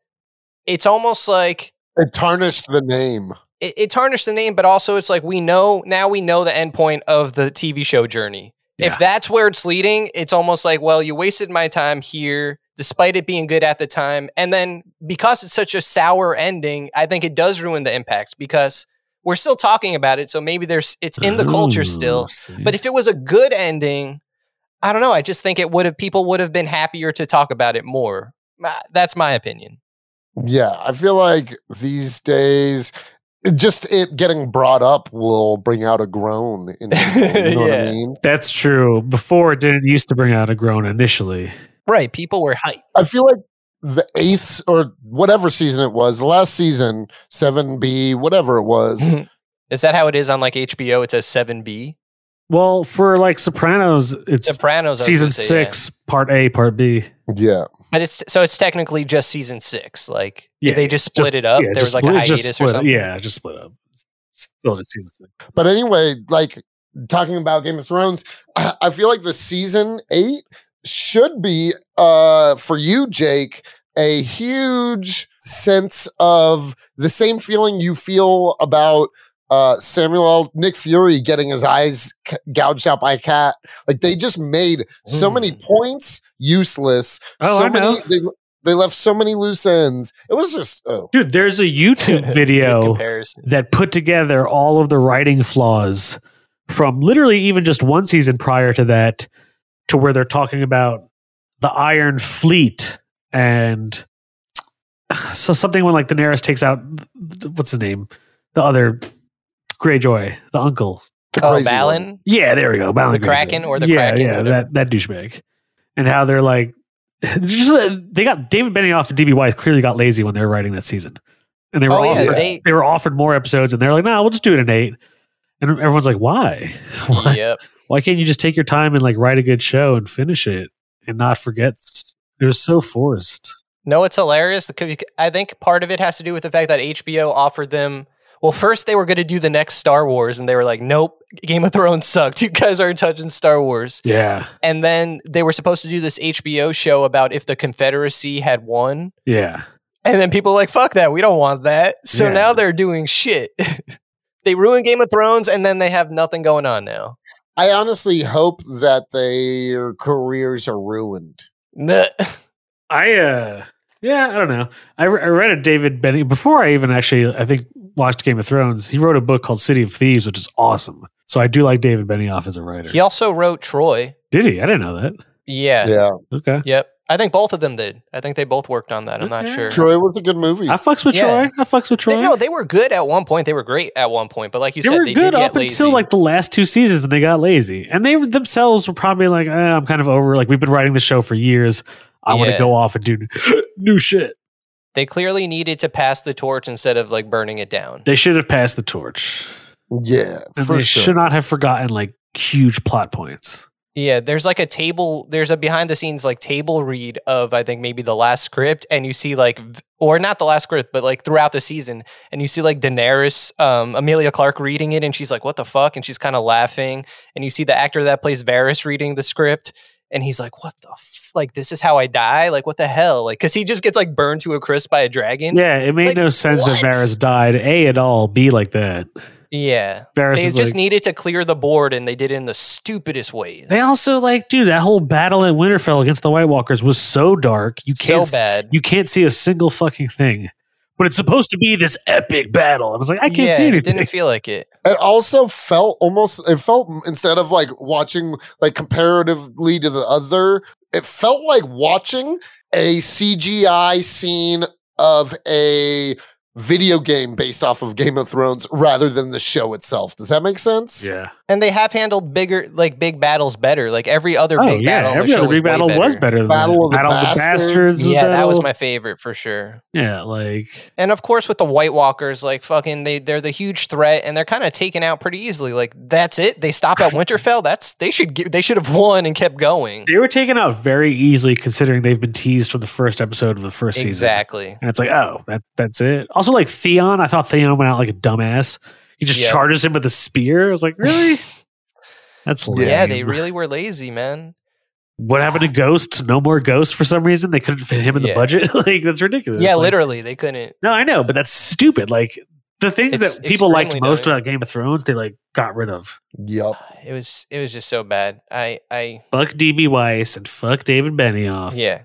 Speaker 2: it's almost like
Speaker 3: It tarnished the name.
Speaker 2: it, it tarnished the name, but also it's like we know now we know the endpoint of the TV show journey.
Speaker 1: Yeah.
Speaker 2: If that's where it's leading, it's almost like, well, you wasted my time here, despite it being good at the time. And then because it's such a sour ending, I think it does ruin the impact because we're still talking about it. So maybe there's it's in the culture still. But if it was a good ending, I don't know. I just think it would have people would have been happier to talk about it more. Ma- That's my opinion.
Speaker 3: Yeah, I feel like these days, just it getting brought up will bring out a groan. In people, you know what
Speaker 2: Yeah.
Speaker 3: I mean?
Speaker 1: That's true. Before it didn't used to bring out a groan initially.
Speaker 2: Right. People were hyped.
Speaker 3: I feel like the eighth or whatever season it was, the last season, seven B, whatever it was.
Speaker 2: Is that how it is on like HBO? It says 7B.
Speaker 1: Well, for like Sopranos, it's
Speaker 2: Sopranos I was
Speaker 1: season
Speaker 2: gonna say, yeah.
Speaker 1: six, part A, part B.
Speaker 3: yeah,
Speaker 2: But it's so it's technically just season six. Like
Speaker 1: Yeah,
Speaker 2: they just
Speaker 1: just-
Speaker 2: split it up.
Speaker 1: yeah,
Speaker 2: there was
Speaker 1: just
Speaker 2: like
Speaker 1: split-
Speaker 2: a
Speaker 1: just
Speaker 2: hiatus or
Speaker 1: split-
Speaker 2: something.
Speaker 1: Yeah, just split up. Still just season six.
Speaker 3: but anyway, like talking about Game of Thrones, I I feel like the season eight should be uh for you, Jake, a huge sense of the same feeling you feel about uh Samuel L. Nick Fury getting his eyes c- gouged out by a cat. Like they just made so many
Speaker 2: Mm.
Speaker 3: points useless.
Speaker 1: Hmm. Oh,
Speaker 3: so
Speaker 1: I
Speaker 3: many
Speaker 1: know.
Speaker 3: they they left so many loose ends. It was just oh
Speaker 1: Dude, there's a
Speaker 2: Good
Speaker 1: YouTube video
Speaker 2: comparison.
Speaker 1: that put together all of the writing flaws from literally even just one season prior to that to where they're talking about the Iron Fleet and so something when like Daenerys takes out what's his name? The other Greyjoy, the uncle.
Speaker 3: the
Speaker 2: Oh,
Speaker 3: crazy one.
Speaker 2: Balin.
Speaker 1: Yeah, there we go. Bound
Speaker 2: The
Speaker 1: Greyjoy.
Speaker 2: Kraken or the
Speaker 1: yeah,
Speaker 2: Kraken,
Speaker 1: Yeah,
Speaker 2: whatever.
Speaker 1: that, that douchebag. And how they're like, just, uh, they got David Benioff and DB Weiss clearly got lazy when they were writing that season. And they were,
Speaker 2: Oh yeah,
Speaker 1: offered,
Speaker 2: they.
Speaker 1: they were offered more episodes and they're like, nah, we'll just do it in eight. And everyone's like, why? Why,
Speaker 2: Yep.
Speaker 1: why can't you just take your time and like write a good show and finish it and not forget? s- It was so forced.
Speaker 2: No, it's hilarious. The co- I think part of it has to do with the fact that HBO offered them. Well, first they were going to do the next Star Wars, and they were like, "Nope, Game of Thrones sucked. You guys aren't touching Star Wars."
Speaker 1: Yeah.
Speaker 2: And then they were supposed to do this HBO show about if the Confederacy had won,
Speaker 1: Yeah.
Speaker 2: and then people were like, "Fuck that, we don't want that." So
Speaker 1: Yeah.
Speaker 2: now they're doing shit. they ruined Game of Thrones, and then they have nothing going on now.
Speaker 3: I honestly hope that their careers are ruined.
Speaker 2: Nuh.
Speaker 1: I uh yeah, I don't know. I, re- I read a David Benny before I even actually I think watched Game of Thrones. He wrote a book called City of Thieves, which is awesome. So I do like David Benioff as a writer.
Speaker 2: he also wrote Troy.
Speaker 1: Did he? I didn't know that.
Speaker 2: Yeah.
Speaker 3: Yeah.
Speaker 1: Okay.
Speaker 2: Yep. I think both of them did. I think they both worked on that. I'm not
Speaker 1: Okay.
Speaker 2: sure.
Speaker 3: Troy was a good movie.
Speaker 1: I fucks with
Speaker 2: Yeah.
Speaker 1: Troy. I fucks with Troy.
Speaker 2: They, no, they were good at one point. They were great at one point, but like you
Speaker 1: they
Speaker 2: said,
Speaker 1: were
Speaker 2: they
Speaker 1: good
Speaker 2: did
Speaker 1: up
Speaker 2: get lazy.
Speaker 1: until like the last two seasons, and they got lazy. And they themselves were probably like, eh, "I'm kind of over. Like we've been writing the show for years. I want
Speaker 2: Yeah.
Speaker 1: to go off and do new shit."
Speaker 2: they clearly needed to pass the torch instead of like burning it down.
Speaker 1: They should have passed the torch.
Speaker 3: yeah,
Speaker 1: And
Speaker 3: for
Speaker 1: they should
Speaker 3: sure.
Speaker 1: not have forgotten like huge plot points.
Speaker 2: Yeah, there's like a table. There's a behind the scenes like table read of I think maybe the last script, and you see like v- or not the last script, but like throughout the season, and you see like Daenerys, um, Amelia Clark reading it, and she's like, "What the fuck?" and she's kind of laughing, and you see the actor that plays Varys reading the script, and he's like, "What the." F- like this is how I die. Like what the hell? Like because he just gets like burned to a crisp by a dragon.
Speaker 1: Yeah, it made
Speaker 2: Like,
Speaker 1: no sense that
Speaker 2: what?
Speaker 1: Varys died. A at all. B like that.
Speaker 2: yeah.
Speaker 1: Varys
Speaker 2: They
Speaker 1: is
Speaker 2: just
Speaker 1: like.
Speaker 2: needed to clear the board, and they did it in the stupidest ways.
Speaker 1: they also like, dude, that whole battle at Winterfell against the White Walkers was so dark. You
Speaker 2: so
Speaker 1: can't. s-
Speaker 2: bad.
Speaker 1: You can't see a single fucking thing. But it's supposed to be this epic battle. I was like, I can't
Speaker 2: Yeah,
Speaker 1: see
Speaker 2: It
Speaker 1: anything.
Speaker 2: didn't feel like it.
Speaker 3: It also felt almost. It felt instead of like watching like comparatively to the other, it felt like watching a CGI scene of a video game based off of Game of Thrones rather than the show itself. Does that make sense?
Speaker 1: yeah.
Speaker 2: And they have handled bigger, like big battles better. Like every other
Speaker 1: Oh
Speaker 2: big
Speaker 1: yeah.
Speaker 2: battle, on the
Speaker 1: Every
Speaker 2: show
Speaker 1: other big
Speaker 2: way
Speaker 1: battle was better than
Speaker 3: Battle
Speaker 1: that.
Speaker 3: of the Bastards.
Speaker 1: was
Speaker 2: Yeah, that was
Speaker 1: better.
Speaker 2: my favorite for sure.
Speaker 1: Yeah, like
Speaker 2: And of course, with the White Walkers, like fucking, they they're the huge threat, and they're kind of taken out pretty easily. Like that's it. They stop at Winterfell. That's they should get, they should have won and kept going.
Speaker 1: they were taken out very easily considering they've been teased from the first episode of the first season.
Speaker 2: Exactly.
Speaker 1: And it's like, oh, that that's it. Also, like Theon, I thought Theon went out like a dumbass. He just
Speaker 2: Yeah.
Speaker 1: charges him with a spear. I was like, really? That's lame.
Speaker 2: Yeah, they really were lazy, man.
Speaker 1: What happened to Ghost? No more Ghost for some reason. They couldn't fit him in
Speaker 2: Yeah.
Speaker 1: the budget. like that's ridiculous.
Speaker 2: Yeah,
Speaker 1: Like,
Speaker 2: literally, they couldn't.
Speaker 1: No, I know, but that's stupid. Like the things
Speaker 2: It's
Speaker 1: that people liked
Speaker 2: extremely
Speaker 1: most
Speaker 2: dumb.
Speaker 1: about Game of Thrones, they like got rid of.
Speaker 3: Yep.
Speaker 2: It was it was just so bad. I I
Speaker 1: Fuck DB Weiss and fuck David Benioff.
Speaker 2: Yeah.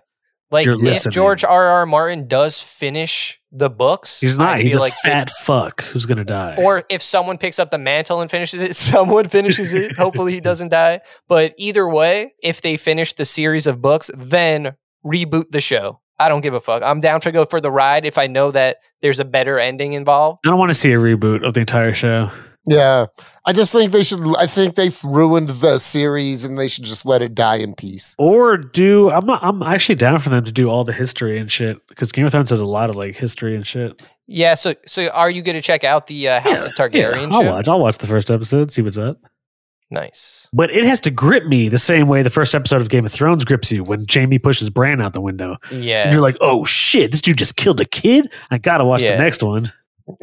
Speaker 2: Like
Speaker 1: You're
Speaker 2: if
Speaker 1: listening.
Speaker 2: George R. R. Martin does finish the books,
Speaker 1: he's
Speaker 2: I
Speaker 1: not. He's
Speaker 2: feel
Speaker 1: a
Speaker 2: like they-
Speaker 1: fat fuck who's gonna die.
Speaker 2: or if someone picks up the mantle and finishes it, someone finishes it. Hopefully he doesn't die. But either way, if they finish the series of books, then reboot the show. I don't give a fuck. I'm down to go for the ride if I know that there's a better ending involved.
Speaker 1: I don't want to see a reboot of the entire show.
Speaker 3: Yeah, I just think they should. I think they've ruined the series, and they should just let it die in peace.
Speaker 1: Or do I'm not, I'm actually down for them to do all the history and shit because Game of Thrones has a lot of like history and shit.
Speaker 2: Yeah. So, so are you going to check out the uh, House of
Speaker 1: Yeah,
Speaker 2: Targaryen?
Speaker 1: I'll
Speaker 2: show?
Speaker 1: watch. I'll watch the first episode, see what's up.
Speaker 2: Nice.
Speaker 1: But it has to grip me the same way the first episode of Game of Thrones grips you when Jamie pushes Bran out the window. And
Speaker 2: Yeah.
Speaker 1: you're like, oh shit, this dude just killed a kid. I gotta watch
Speaker 2: Yeah.
Speaker 1: the next one.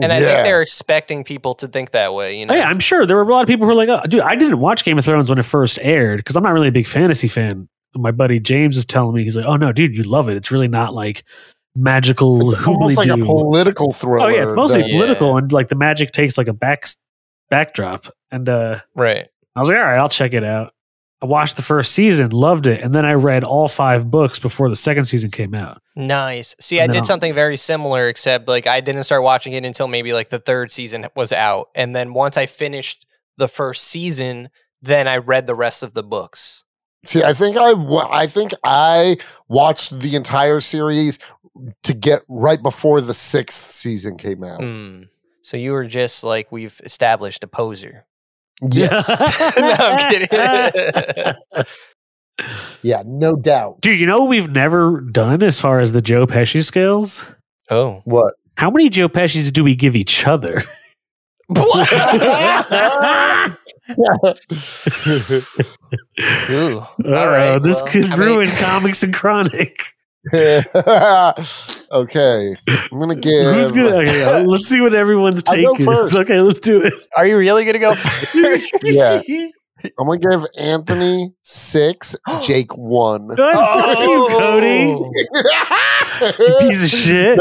Speaker 2: And I
Speaker 3: Yeah.
Speaker 2: think they're expecting people to think that way. You know.
Speaker 1: Hey, Oh, I'm sure there were a lot of people who were like, oh, dude, I didn't watch Game of Thrones when it first aired because I'm not really a big fantasy fan. My buddy James is telling me, he's like, oh no, dude, you love it. It's really not like magical,
Speaker 3: Almost like a
Speaker 1: hoobly-doo."
Speaker 3: political thriller.
Speaker 1: Oh yeah, it's mostly
Speaker 3: that-
Speaker 2: Yeah.
Speaker 1: political, and like the magic takes like a back backdrop. And uh,
Speaker 2: Right.
Speaker 1: I was like, all right, I'll check it out. I watched the first season, loved it, and then I read all five books before the second season came out.
Speaker 2: Nice. See,
Speaker 1: I
Speaker 2: I
Speaker 1: know.
Speaker 2: did something very similar, except like I didn't start watching it until maybe like the third season was out. And then once I finished the first season, then I read the rest of the books.
Speaker 3: See, I think I, wa- I think I watched the entire series to get right before the sixth season came out.
Speaker 2: Mm. So you were just like, we've established a poser.
Speaker 3: Yes,
Speaker 2: no, I'm kidding.
Speaker 3: yeah, no doubt.
Speaker 1: Dude, you know what we've never done as far as the Joe Pesci scales?
Speaker 2: oh.
Speaker 3: What?
Speaker 1: How many Joe Pesci's do we give each other? Uh,
Speaker 2: Ooh.
Speaker 1: Oh,
Speaker 2: right,
Speaker 1: this
Speaker 2: well,
Speaker 1: could
Speaker 2: how many-
Speaker 1: ruin comics and chronic.
Speaker 3: okay, I'm gonna give.
Speaker 1: Who's gonna? Okay, yeah, let's see what everyone's
Speaker 3: I'll
Speaker 1: take
Speaker 3: go
Speaker 1: is.
Speaker 3: first.
Speaker 1: Okay, let's do it.
Speaker 2: Are you really going to go first?
Speaker 3: Yeah. I'm gonna give Anthony six, Jake one.
Speaker 1: Good fuck you, Cody. You piece of shit.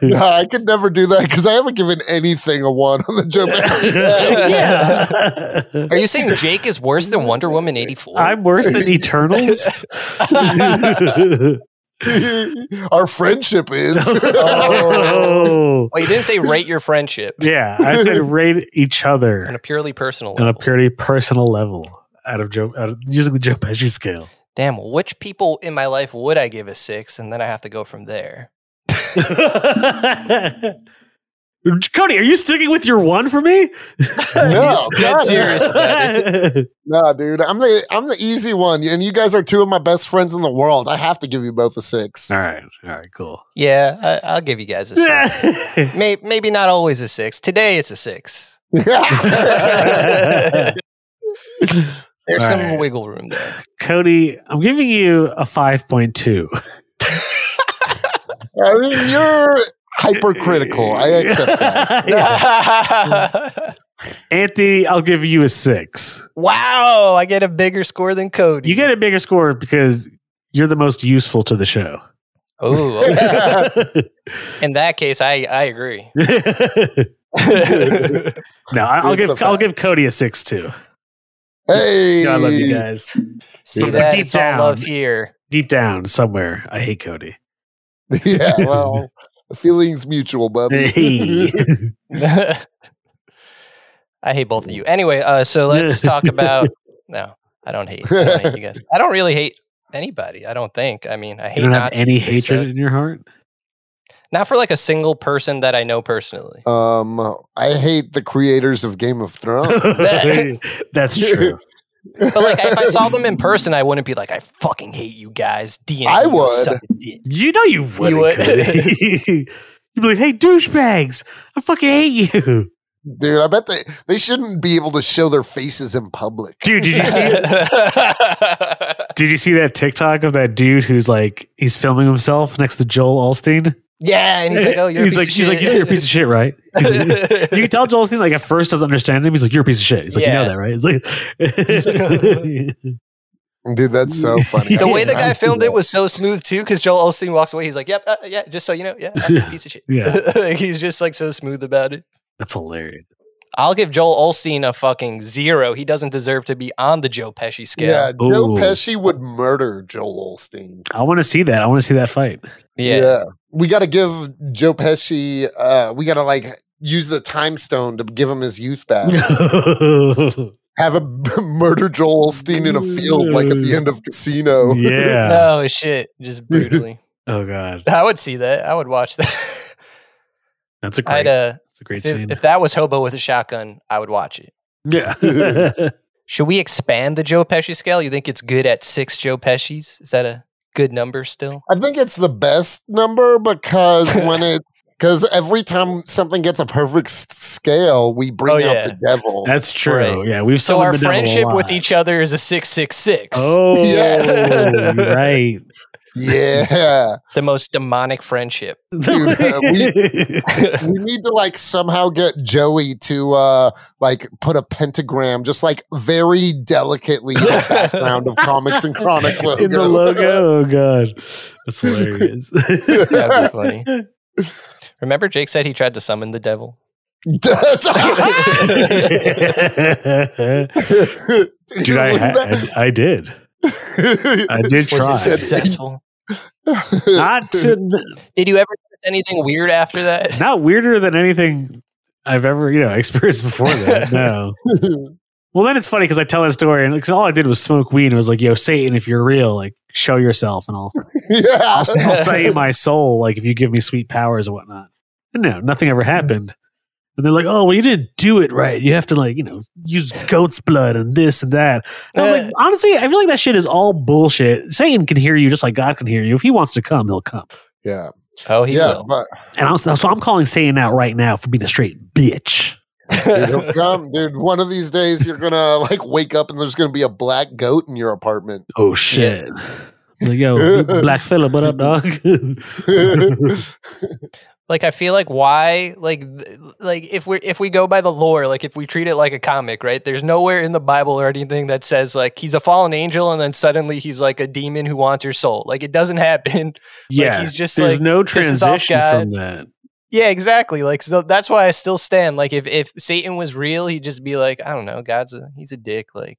Speaker 3: No, I could never do that because I haven't given anything a one on the Joe Pesci. scale.
Speaker 1: yeah.
Speaker 2: Are you saying Jake is worse than Wonder Woman 84?
Speaker 1: I'm worse than Eternals. oh.
Speaker 3: Our friendship is. Oh.
Speaker 2: well, you didn't say rate your friendship
Speaker 1: Oh. Yeah, I said rate each
Speaker 2: on
Speaker 1: other
Speaker 2: a purely personal
Speaker 1: on
Speaker 2: level.
Speaker 1: a purely personal level out of Joe, out of, using the Joe Pesci scale.
Speaker 2: Damn, which people in my life would I give a six? And then I have to go from there.
Speaker 1: Cody, are you sticking with your one for me?
Speaker 3: no,
Speaker 2: He's dead serious about it.
Speaker 3: no, dude, I'm the I'm the easy one, and you guys are two of my best friends in the world. I have to give you both a six.
Speaker 1: all right, all right, cool.
Speaker 2: Yeah, I, I'll give you guys a six.
Speaker 1: Yeah.
Speaker 2: May, maybe not always a six. Today it's a six. There's some
Speaker 1: Alright.
Speaker 2: wiggle room there.
Speaker 1: Cody, I'm giving you a five point two.
Speaker 3: I mean, you're hypercritical. I accept that.
Speaker 1: Yeah. Anthony, I'll give you a six.
Speaker 2: wow, I get a bigger score than Cody.
Speaker 1: You get a bigger score because you're the most useful to the show.
Speaker 2: Oh, okay. in that case, I, I agree.
Speaker 1: no, I- I'll
Speaker 3: It's a
Speaker 1: give
Speaker 3: fact.
Speaker 1: I'll give Cody a six too.
Speaker 3: Hey,
Speaker 1: Yeah, I love you guys.
Speaker 2: See
Speaker 1: But
Speaker 2: that?
Speaker 1: deep
Speaker 2: it's all love
Speaker 1: down-
Speaker 2: here.
Speaker 1: Deep down somewhere, I hate Cody.
Speaker 3: Yeah, well, the feeling's mutual, buddy.
Speaker 1: Hey.
Speaker 2: I hate both of you. Anyway, uh, so let's talk about. No, I don't hate. I don't hate you guys. I don't really hate anybody. I don't think. I mean, I hate
Speaker 1: you don't have
Speaker 2: Nazis,
Speaker 1: any
Speaker 2: they
Speaker 1: hatred
Speaker 2: suck.
Speaker 1: in your heart.
Speaker 2: Not for like a single person that I know personally.
Speaker 3: Um, I hate the creators of Game of Thrones.
Speaker 1: That's true.
Speaker 2: But like, if I saw them in person, I wouldn't be like, I fucking hate you guys. DNA,
Speaker 3: I
Speaker 2: you
Speaker 3: would.
Speaker 2: suck a dick."
Speaker 1: You know you wouldn't.
Speaker 2: would.
Speaker 1: Cody. You'd be like, "Hey, douchebags! I fucking hate you,
Speaker 3: Dude, I bet they, they shouldn't be able to show their faces in public.
Speaker 1: dude." Did you see? did you see that TikTok of that dude who's like he's filming himself next to Joel Alstein?
Speaker 2: yeah, and he's like, oh, you're. a
Speaker 1: he's
Speaker 2: piece
Speaker 1: like,
Speaker 2: of
Speaker 1: she's like, you know,
Speaker 2: shit."
Speaker 1: you're a piece of shit, right? He's like, you can tell Joel Osteen like at first doesn't understand him. He's like, "You're a piece of shit." He's like, "You
Speaker 2: Yeah. "Oh,
Speaker 1: know that, right?" It's like,
Speaker 3: Dude, that's so funny.
Speaker 2: The
Speaker 1: Yeah,
Speaker 2: way the
Speaker 1: I
Speaker 2: guy filmed it was so smooth too, because Joel Osteen walks away. He's like, "Yep, uh, yeah, just so you know, yeah, I'm a piece of shit."
Speaker 1: yeah,
Speaker 2: he's just like so smooth about it.
Speaker 1: that's hilarious.
Speaker 2: I'll give Joel Olstein a fucking zero. He doesn't deserve to be on the Joe Pesci
Speaker 3: Yeah,
Speaker 2: scale. Yeah,
Speaker 3: Joe
Speaker 1: Ooh.
Speaker 3: Pesci would murder Joel Olstein.
Speaker 1: I want to see that. I want to see that fight.
Speaker 3: We got to give Joe Pesci, uh, we got to like use the time stone to give him his youth
Speaker 2: Uh,
Speaker 3: back. Have him murder Joel Olstein in a field like at the end of Casino.
Speaker 1: yeah.
Speaker 2: Oh shit! Just brutally.
Speaker 1: Oh god,
Speaker 2: I would see that. I would watch that.
Speaker 1: that's a great,
Speaker 2: I'd uh,
Speaker 1: that's a great
Speaker 2: if,
Speaker 1: scene.
Speaker 2: if that was Hobo with a shotgun, I would watch it.
Speaker 1: yeah.
Speaker 2: Should we expand the Joe Pesci scale? You think it's good at six Joe Pesci's? Is that a good number still?
Speaker 3: I think it's the best number because when it because every time something gets a perfect s- scale, we bring
Speaker 2: Oh,
Speaker 3: out
Speaker 2: yeah.
Speaker 3: the devil.
Speaker 1: That's true.
Speaker 2: Right.
Speaker 1: Yeah, we've
Speaker 2: So
Speaker 1: summoned
Speaker 2: our
Speaker 1: the devil a
Speaker 2: friendship with
Speaker 1: lot.
Speaker 2: each other is a six six six.
Speaker 1: Oh,
Speaker 3: Yes.
Speaker 1: right.
Speaker 3: yeah,
Speaker 2: The most demonic friendship.
Speaker 3: Dude, uh, we need to like somehow get Joey to uh like put a pentagram just like very delicately in the background of comics and chronic
Speaker 1: in the logo. Oh god, that's hilarious.
Speaker 2: That'd be funny. Remember, Jake said he tried to summon the devil.
Speaker 1: Dude, I, had, I did. I did
Speaker 2: Was
Speaker 1: try.
Speaker 2: it successful?
Speaker 1: Not to,
Speaker 2: Did you ever notice anything weird after that?
Speaker 1: not weirder than anything I've ever you know experienced before that. No. Well, then it's funny because I tell that story, and because all I did was smoke weed, and it was like, "Yo, Satan, if you're real, like, show yourself, and I'll,
Speaker 3: yeah.
Speaker 1: I'll, I'll sell you my soul, like, if you give me sweet powers and whatnot." And no, nothing ever happened. And they're like, "Oh, well, you didn't do it right. You have to like, you know, use goat's blood and this and that." And I was like,
Speaker 2: Uh,
Speaker 1: honestly, I feel like that shit is all bullshit. Satan can hear you just like God can hear you. If he wants to come, he'll come.
Speaker 3: yeah,
Speaker 2: Oh, he's
Speaker 3: yeah,
Speaker 2: ill.
Speaker 3: but
Speaker 1: And I'm so I'm calling Satan out right now for being a straight bitch.
Speaker 3: dude, he'll come, dude. One of these days, you're gonna like wake up and there's gonna be a black goat in your apartment.
Speaker 1: Oh shit. Like, yo, black fella, what up, dog?
Speaker 3: Oh,
Speaker 2: like I feel like why like th- like if we if we go by the lore, like if we treat it like a comic, right? There's nowhere in the Bible or anything that says like he's a fallen angel and then suddenly he's like a demon who wants your soul. Like it doesn't happen.
Speaker 1: yeah.
Speaker 2: like, he's just
Speaker 1: There's
Speaker 2: like
Speaker 1: no
Speaker 2: pisses off
Speaker 1: transition
Speaker 2: God.
Speaker 1: from that.
Speaker 2: yeah, exactly. Like so that's why I still stand. Like if if Satan was real, he'd just be like, I don't know, God's a he's a dick. Like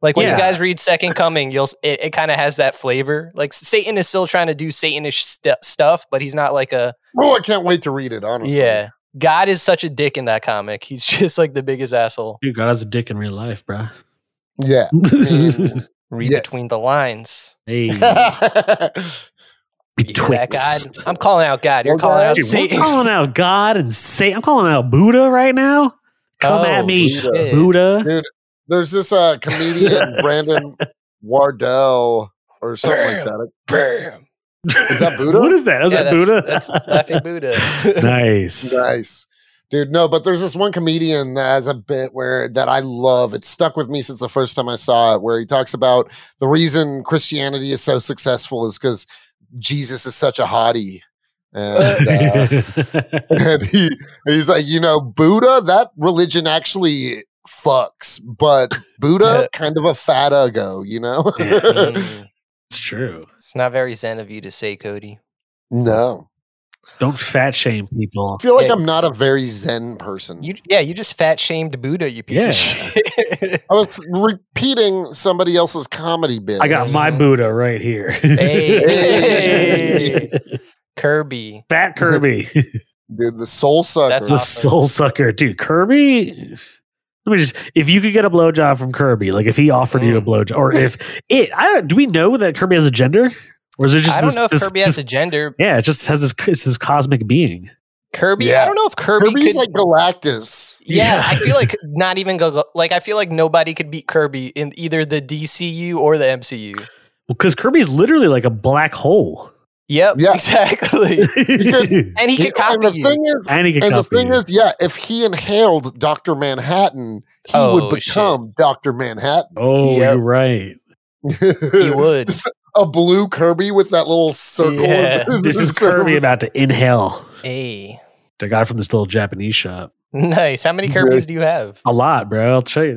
Speaker 2: like when
Speaker 1: Yeah.
Speaker 2: you guys read Second Coming, you'll s- it, it kind of has that flavor. Like Satan is still trying to do Satanish stu stuff, but he's not like a
Speaker 3: oh, I can't wait to read it. Honestly,
Speaker 2: Yeah. God is such a dick in that comic. He's just like the biggest asshole.
Speaker 1: Dude, God has a dick in real life, bruh.
Speaker 3: yeah. Mm.
Speaker 2: Read
Speaker 3: Yes.
Speaker 2: between the lines.
Speaker 1: hey.
Speaker 2: Yeah, that God.
Speaker 1: Betwixt.
Speaker 2: I'm calling out God. You're
Speaker 3: Well,
Speaker 2: calling
Speaker 3: God-
Speaker 2: out
Speaker 1: Dude,
Speaker 2: Satan.
Speaker 1: I'm calling out God and say I'm calling out Buddha right now. Come
Speaker 2: Oh,
Speaker 1: at me,
Speaker 2: shit.
Speaker 1: Buddha.
Speaker 3: There's this uh, comedian Brandon Wardell or something like that.
Speaker 2: Bam.
Speaker 3: Is that Buddha?
Speaker 1: what is that? Is
Speaker 2: Yeah,
Speaker 1: that
Speaker 2: that's-
Speaker 1: Buddha?
Speaker 2: That's laughing Buddha.
Speaker 1: nice.
Speaker 3: Nice. Dude, no, but there's this one comedian that has a bit where that I love. It stuck with me since the first time I saw it, where he talks about the reason Christianity is so successful is because Jesus is such a hottie.
Speaker 1: Oh,
Speaker 3: And, uh, and he, he's like, you know, Buddha, that religion actually fucks, but Buddha, kind of a fat uggo, you know?
Speaker 1: mm-hmm.
Speaker 2: Mm.
Speaker 1: it's true.
Speaker 2: it's not very zen of you to say, Cody.
Speaker 3: no.
Speaker 1: Don't fat shame people.
Speaker 3: I feel like
Speaker 2: Yeah.
Speaker 3: I'm not a very Zen person.
Speaker 2: You yeah, you just fat shamed Buddha, you piece
Speaker 1: Yeah.
Speaker 2: of shit.
Speaker 3: I was repeating somebody else's comedy bit.
Speaker 1: I got my Buddha right here.
Speaker 2: Hey. Kirby.
Speaker 1: Fat Kirby.
Speaker 3: Dude, the soul sucker.
Speaker 2: That's
Speaker 1: the
Speaker 2: awesome.
Speaker 1: soul sucker, dude. Kirby. Let me just. If you could get a blowjob from Kirby, like if he offered you a
Speaker 2: Mm.
Speaker 1: blowjob, or if it, I don't. Do we know that Kirby has a gender, or is it just?
Speaker 2: I don't
Speaker 1: this-
Speaker 2: know if
Speaker 1: this-
Speaker 2: Kirby
Speaker 1: this-
Speaker 2: has a gender.
Speaker 1: Yeah, it just has this. It's this cosmic being.
Speaker 2: Kirby, I
Speaker 3: Yeah.
Speaker 2: don't know if Kirby
Speaker 3: Kirby's
Speaker 2: could
Speaker 3: like Galactus.
Speaker 2: Yeah,
Speaker 1: Yeah.
Speaker 2: I feel like not even go like I feel like nobody could beat Kirby in either the DCU or the MCU.
Speaker 1: Because Kirby is literally like a black hole,
Speaker 2: Yep,
Speaker 3: Yeah.
Speaker 2: exactly.
Speaker 1: and
Speaker 2: And he could
Speaker 3: and the
Speaker 2: copy you.
Speaker 3: thing is,
Speaker 1: he can
Speaker 3: and the
Speaker 1: copy
Speaker 3: thing
Speaker 1: you.
Speaker 3: is, yeah, if he inhaled Doctor Manhattan, he
Speaker 2: Oh,
Speaker 3: would
Speaker 2: shit.
Speaker 3: become Doctor Manhattan.
Speaker 1: oh,
Speaker 2: Yep.
Speaker 1: you're right.
Speaker 2: He would.
Speaker 3: Just a blue Kirby with that little circle.
Speaker 2: Yeah.
Speaker 1: This is Kirby about to inhale.
Speaker 2: Hey,
Speaker 1: The guy from this little Japanese shop.
Speaker 2: nice. How many Kirby's do you have?
Speaker 1: A lot, bro. I'll show you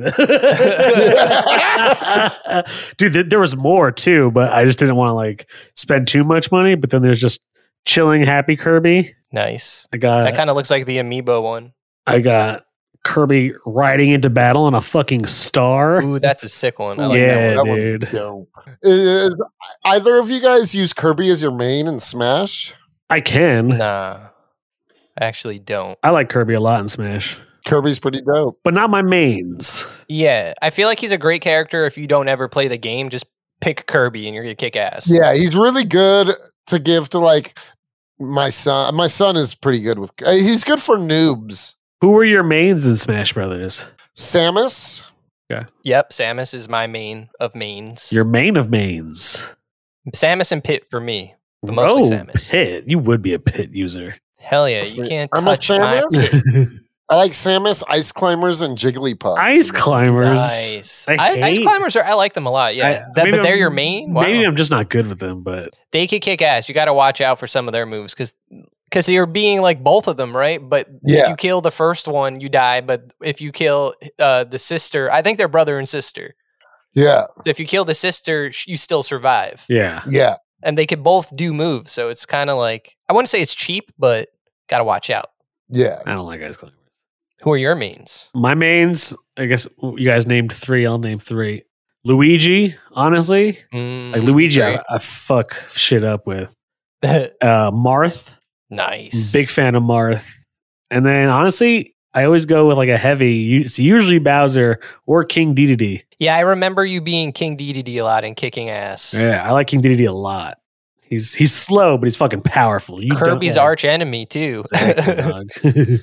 Speaker 1: that. Dude, th- there was more too, but I just didn't want to like spend too much money. But then there's just chilling, happy Kirby.
Speaker 2: Nice.
Speaker 1: I got,
Speaker 2: That kind of looks like the Amiibo one.
Speaker 1: I got Kirby riding into battle on a fucking star.
Speaker 2: Ooh, that's a sick one. I like
Speaker 1: yeah,
Speaker 2: that
Speaker 3: That one-
Speaker 1: dude.
Speaker 3: Dope. Is either of you guys use Kirby as your main in Smash?
Speaker 1: I can.
Speaker 2: one. Nah, I actually don't.
Speaker 1: I like Kirby a lot in Smash,
Speaker 3: Kirby's pretty dope.
Speaker 1: but not my mains.
Speaker 2: Yeah, I feel like he's a great character. If you don't ever play the game, just pick Kirby and you're gonna kick ass.
Speaker 3: Yeah, he's really good to give to like my son. My son is pretty good with. uh, He's good for noobs.
Speaker 1: Who were your mains in Smash Brothers?
Speaker 3: Samus.
Speaker 2: Yep, Samus is my main of mains.
Speaker 1: Your main of mains. Oh,
Speaker 2: Samus and Pit for me. But mostly Samus.
Speaker 1: Pit. You would be a pit user.
Speaker 2: Hell yeah,
Speaker 3: Listen,
Speaker 2: you can't
Speaker 3: I'm a
Speaker 2: touch my
Speaker 3: Samus? I like Samus, Ice Climbers, and Jigglypuff.
Speaker 1: Ice climbers.
Speaker 2: Nice.
Speaker 1: I
Speaker 2: I- ice
Speaker 1: hate-
Speaker 2: climbers are. I like them a lot. Yeah,
Speaker 1: I-
Speaker 2: That-
Speaker 1: maybe
Speaker 2: but they're
Speaker 1: I'm-
Speaker 2: your main. Wow.
Speaker 1: Maybe I'm just not good with them, but
Speaker 2: they could kick ass. You got to watch out for some of their moves because because you're being like both of them, right? But if
Speaker 3: Yeah.
Speaker 2: you kill the first one, you die. But if you kill uh, the sister, I think they're brother and sister.
Speaker 3: yeah,
Speaker 2: So if you kill the sister, sh- you still survive,
Speaker 1: yeah.
Speaker 3: yeah.
Speaker 2: and they could both do moves. So it's kind of like I wouldn't say it's cheap, but gotta watch out.
Speaker 3: Yeah.
Speaker 1: I don't like ice climbers.
Speaker 2: Who are your mains?
Speaker 1: My mains, I guess you guys named three. I'll name three. Luigi, honestly. Like Luigi, I, I fuck shit up with.
Speaker 2: Mm,
Speaker 1: Uh, Marth,
Speaker 2: nice.
Speaker 1: big fan of Marth. And then honestly, I always go with like a heavy. u- It's usually Bowser or King Dedede.
Speaker 2: Yeah, I remember you being King DDD a lot and kicking ass.
Speaker 1: Yeah, I like King Dedede a lot. He's he's slow, but he's fucking powerful. You don't
Speaker 2: Kirby's
Speaker 1: like-
Speaker 2: arch enemy too.
Speaker 1: Exactly, dog.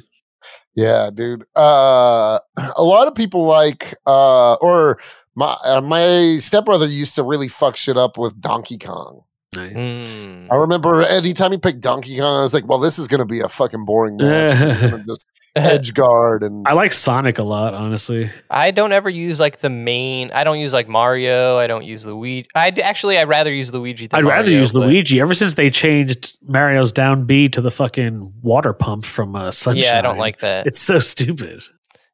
Speaker 3: Yeah, dude. Uh, a lot of people like, uh, or my uh, my stepbrother used to really fuck shit up with Donkey Kong.
Speaker 1: nice.
Speaker 2: Mm.
Speaker 3: I remember anytime he picked Donkey Kong, I was like, well, this is going to be a fucking boring match. He's gonna just edge guard and
Speaker 1: I like Sonic a lot, honestly.
Speaker 2: Hmm. I don't ever use like the main. I don't use like Mario. I don't use Luigi. I actually I'd rather use Luigi. Than
Speaker 1: I'd rather
Speaker 2: Mario,
Speaker 1: use
Speaker 2: but-
Speaker 1: Luigi. Ever since they changed Mario's down B to the fucking water pump from uh, Sunshine,
Speaker 2: Yeah, I don't like that.
Speaker 1: It's so stupid.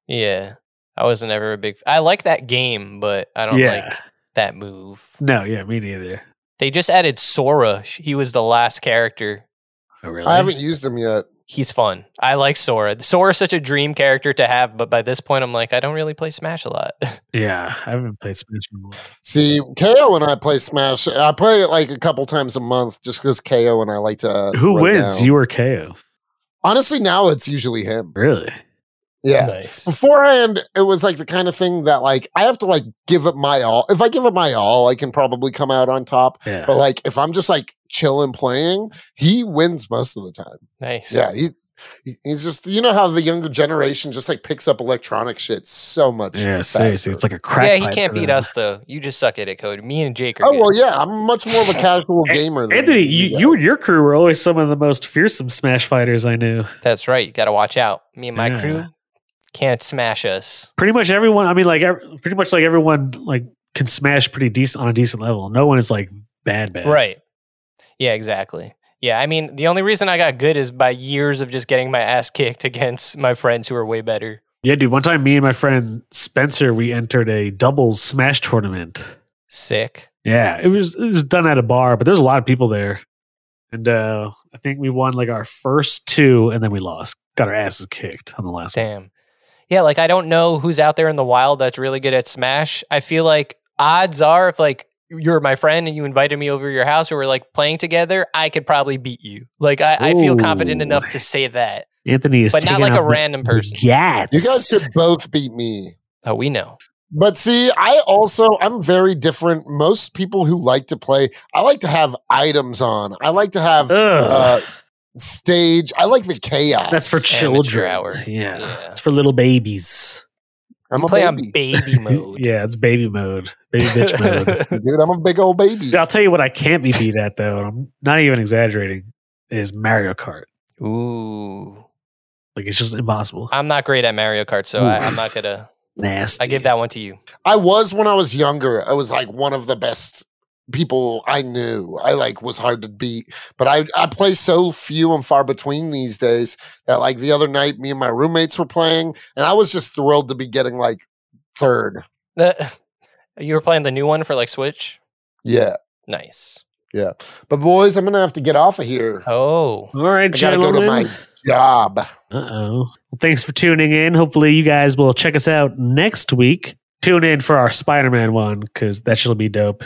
Speaker 2: yeah, I wasn't ever a big. I like that game, but I don't
Speaker 1: Yeah.
Speaker 2: like that move.
Speaker 1: No, yeah, me neither.
Speaker 2: They just added Sora. Sh- He was the last character.
Speaker 1: Oh, really?
Speaker 3: I haven't used him yet.
Speaker 2: He's fun. I like Sora. Sora's such a dream character to have, but by this point, I'm like, I don't really play Smash a lot.
Speaker 1: yeah, I haven't played Smash in a while.
Speaker 3: See, KO and I play Smash. I play it like a couple times a month just because KO and I like to.
Speaker 1: Who
Speaker 3: throw
Speaker 1: wins,
Speaker 3: down.
Speaker 1: you or KO?
Speaker 3: Honestly, now it's usually him.
Speaker 1: Really?
Speaker 3: Yeah.
Speaker 2: Nice.
Speaker 3: beforehand it was like the kind of thing that like i have to like give it my all if i give it my all i can probably come out on top
Speaker 1: Yeah.
Speaker 3: but like if i'm just like chilling playing he wins most of the time
Speaker 2: Nice.
Speaker 3: yeah he he- he's just you know how the younger generation just like picks up electronic shit so much
Speaker 1: yeah, seriously,
Speaker 3: faster.
Speaker 1: it's like a crack.
Speaker 2: yeah, he
Speaker 1: pipe
Speaker 2: can't
Speaker 1: to
Speaker 2: beat
Speaker 1: them.
Speaker 2: us though. You just suck at it, Cody. Me and Jake are.
Speaker 3: oh
Speaker 2: good.
Speaker 3: well yeah i'm much more of a casual
Speaker 1: An-
Speaker 3: gamer than
Speaker 1: Anthony, you, you and
Speaker 3: guys.
Speaker 1: your crew were always some of the most fearsome Smash fighters I knew.
Speaker 2: That's right. You got to watch out. Me and my
Speaker 1: Yeah.
Speaker 2: crew can't smash us.
Speaker 1: Pretty much everyone. I mean, like ev- pretty much like everyone like can smash pretty decent on a decent level. No one is like bad bad.
Speaker 2: Right. Yeah, exactly. Yeah, I mean, the only reason I got good is by years of just getting my ass kicked against my friends who are way better.
Speaker 1: Yeah, dude. One time, me and my friend Spencer, we entered a doubles Smash tournament.
Speaker 2: Sick.
Speaker 1: Yeah, it was it was done at a bar, but there's a lot of people there, and uh, I think we won like our first two, and then we lost. Got our asses kicked on the last one.
Speaker 2: Damn. Yeah, like I don't know who's out there in the wild that's really good at Smash. I feel like odds are if like you're my friend and you invited me over to your house or we're like playing together, I could probably beat you. Like I, I feel confident
Speaker 1: Ooh.
Speaker 2: enough to say that.
Speaker 1: Anthony is
Speaker 2: But not
Speaker 1: taking
Speaker 2: like
Speaker 1: out
Speaker 2: a
Speaker 1: the-
Speaker 2: random
Speaker 1: the
Speaker 2: person.
Speaker 1: Gats.
Speaker 3: you guys could both beat me
Speaker 2: Oh, we know.
Speaker 3: But see, I also I'm very different. Most people who like to play, I like to have items on. I like to have uh,
Speaker 1: Ugh.
Speaker 3: stage. I like the chaos.
Speaker 1: That's for children.
Speaker 2: hour.
Speaker 1: Yeah.
Speaker 2: Yeah.
Speaker 1: it's for little babies.
Speaker 3: I'm a
Speaker 2: play
Speaker 3: baby,
Speaker 2: on baby mode.
Speaker 1: Yeah, it's baby mode, baby bitch mode.
Speaker 3: dude. I'm a big old baby.
Speaker 1: Dude, I'll tell you what I can't be beat at though, and I'm not even exaggerating. Is Mario Kart
Speaker 2: Ooh.
Speaker 1: like it's just impossible?
Speaker 2: I'm not great at Mario Kart, so I, I'm not gonna.
Speaker 1: Nasty.
Speaker 2: I give that one to you.
Speaker 3: I was when I was younger. I was like one of the best people I knew. I like was hard to beat, but I I play so few and far between these days that like the other night, me and my roommates were playing, and I was just thrilled to be getting like third.
Speaker 2: you were playing the new one for like Switch.
Speaker 3: Yeah.
Speaker 2: Nice.
Speaker 3: But boys, I'm gonna have to get off of here.
Speaker 2: Oh,
Speaker 1: All right,
Speaker 3: I gotta go to my job.
Speaker 1: Uh oh. thanks for tuning in. Hopefully, you guys will check us out next week. Tune in for our Spider Man one because that should be dope.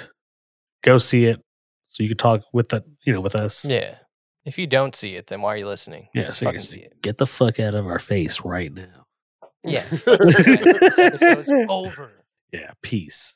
Speaker 1: Go see it so you can talk with the you know with us.
Speaker 2: yeah. If you don't see it, then why are you listening?
Speaker 1: Yeah,
Speaker 2: Just fucking
Speaker 1: seriously.
Speaker 2: see it.
Speaker 1: Get the fuck out of our face right now.
Speaker 2: Yeah. Guys, this episode's over.
Speaker 1: Yeah, peace.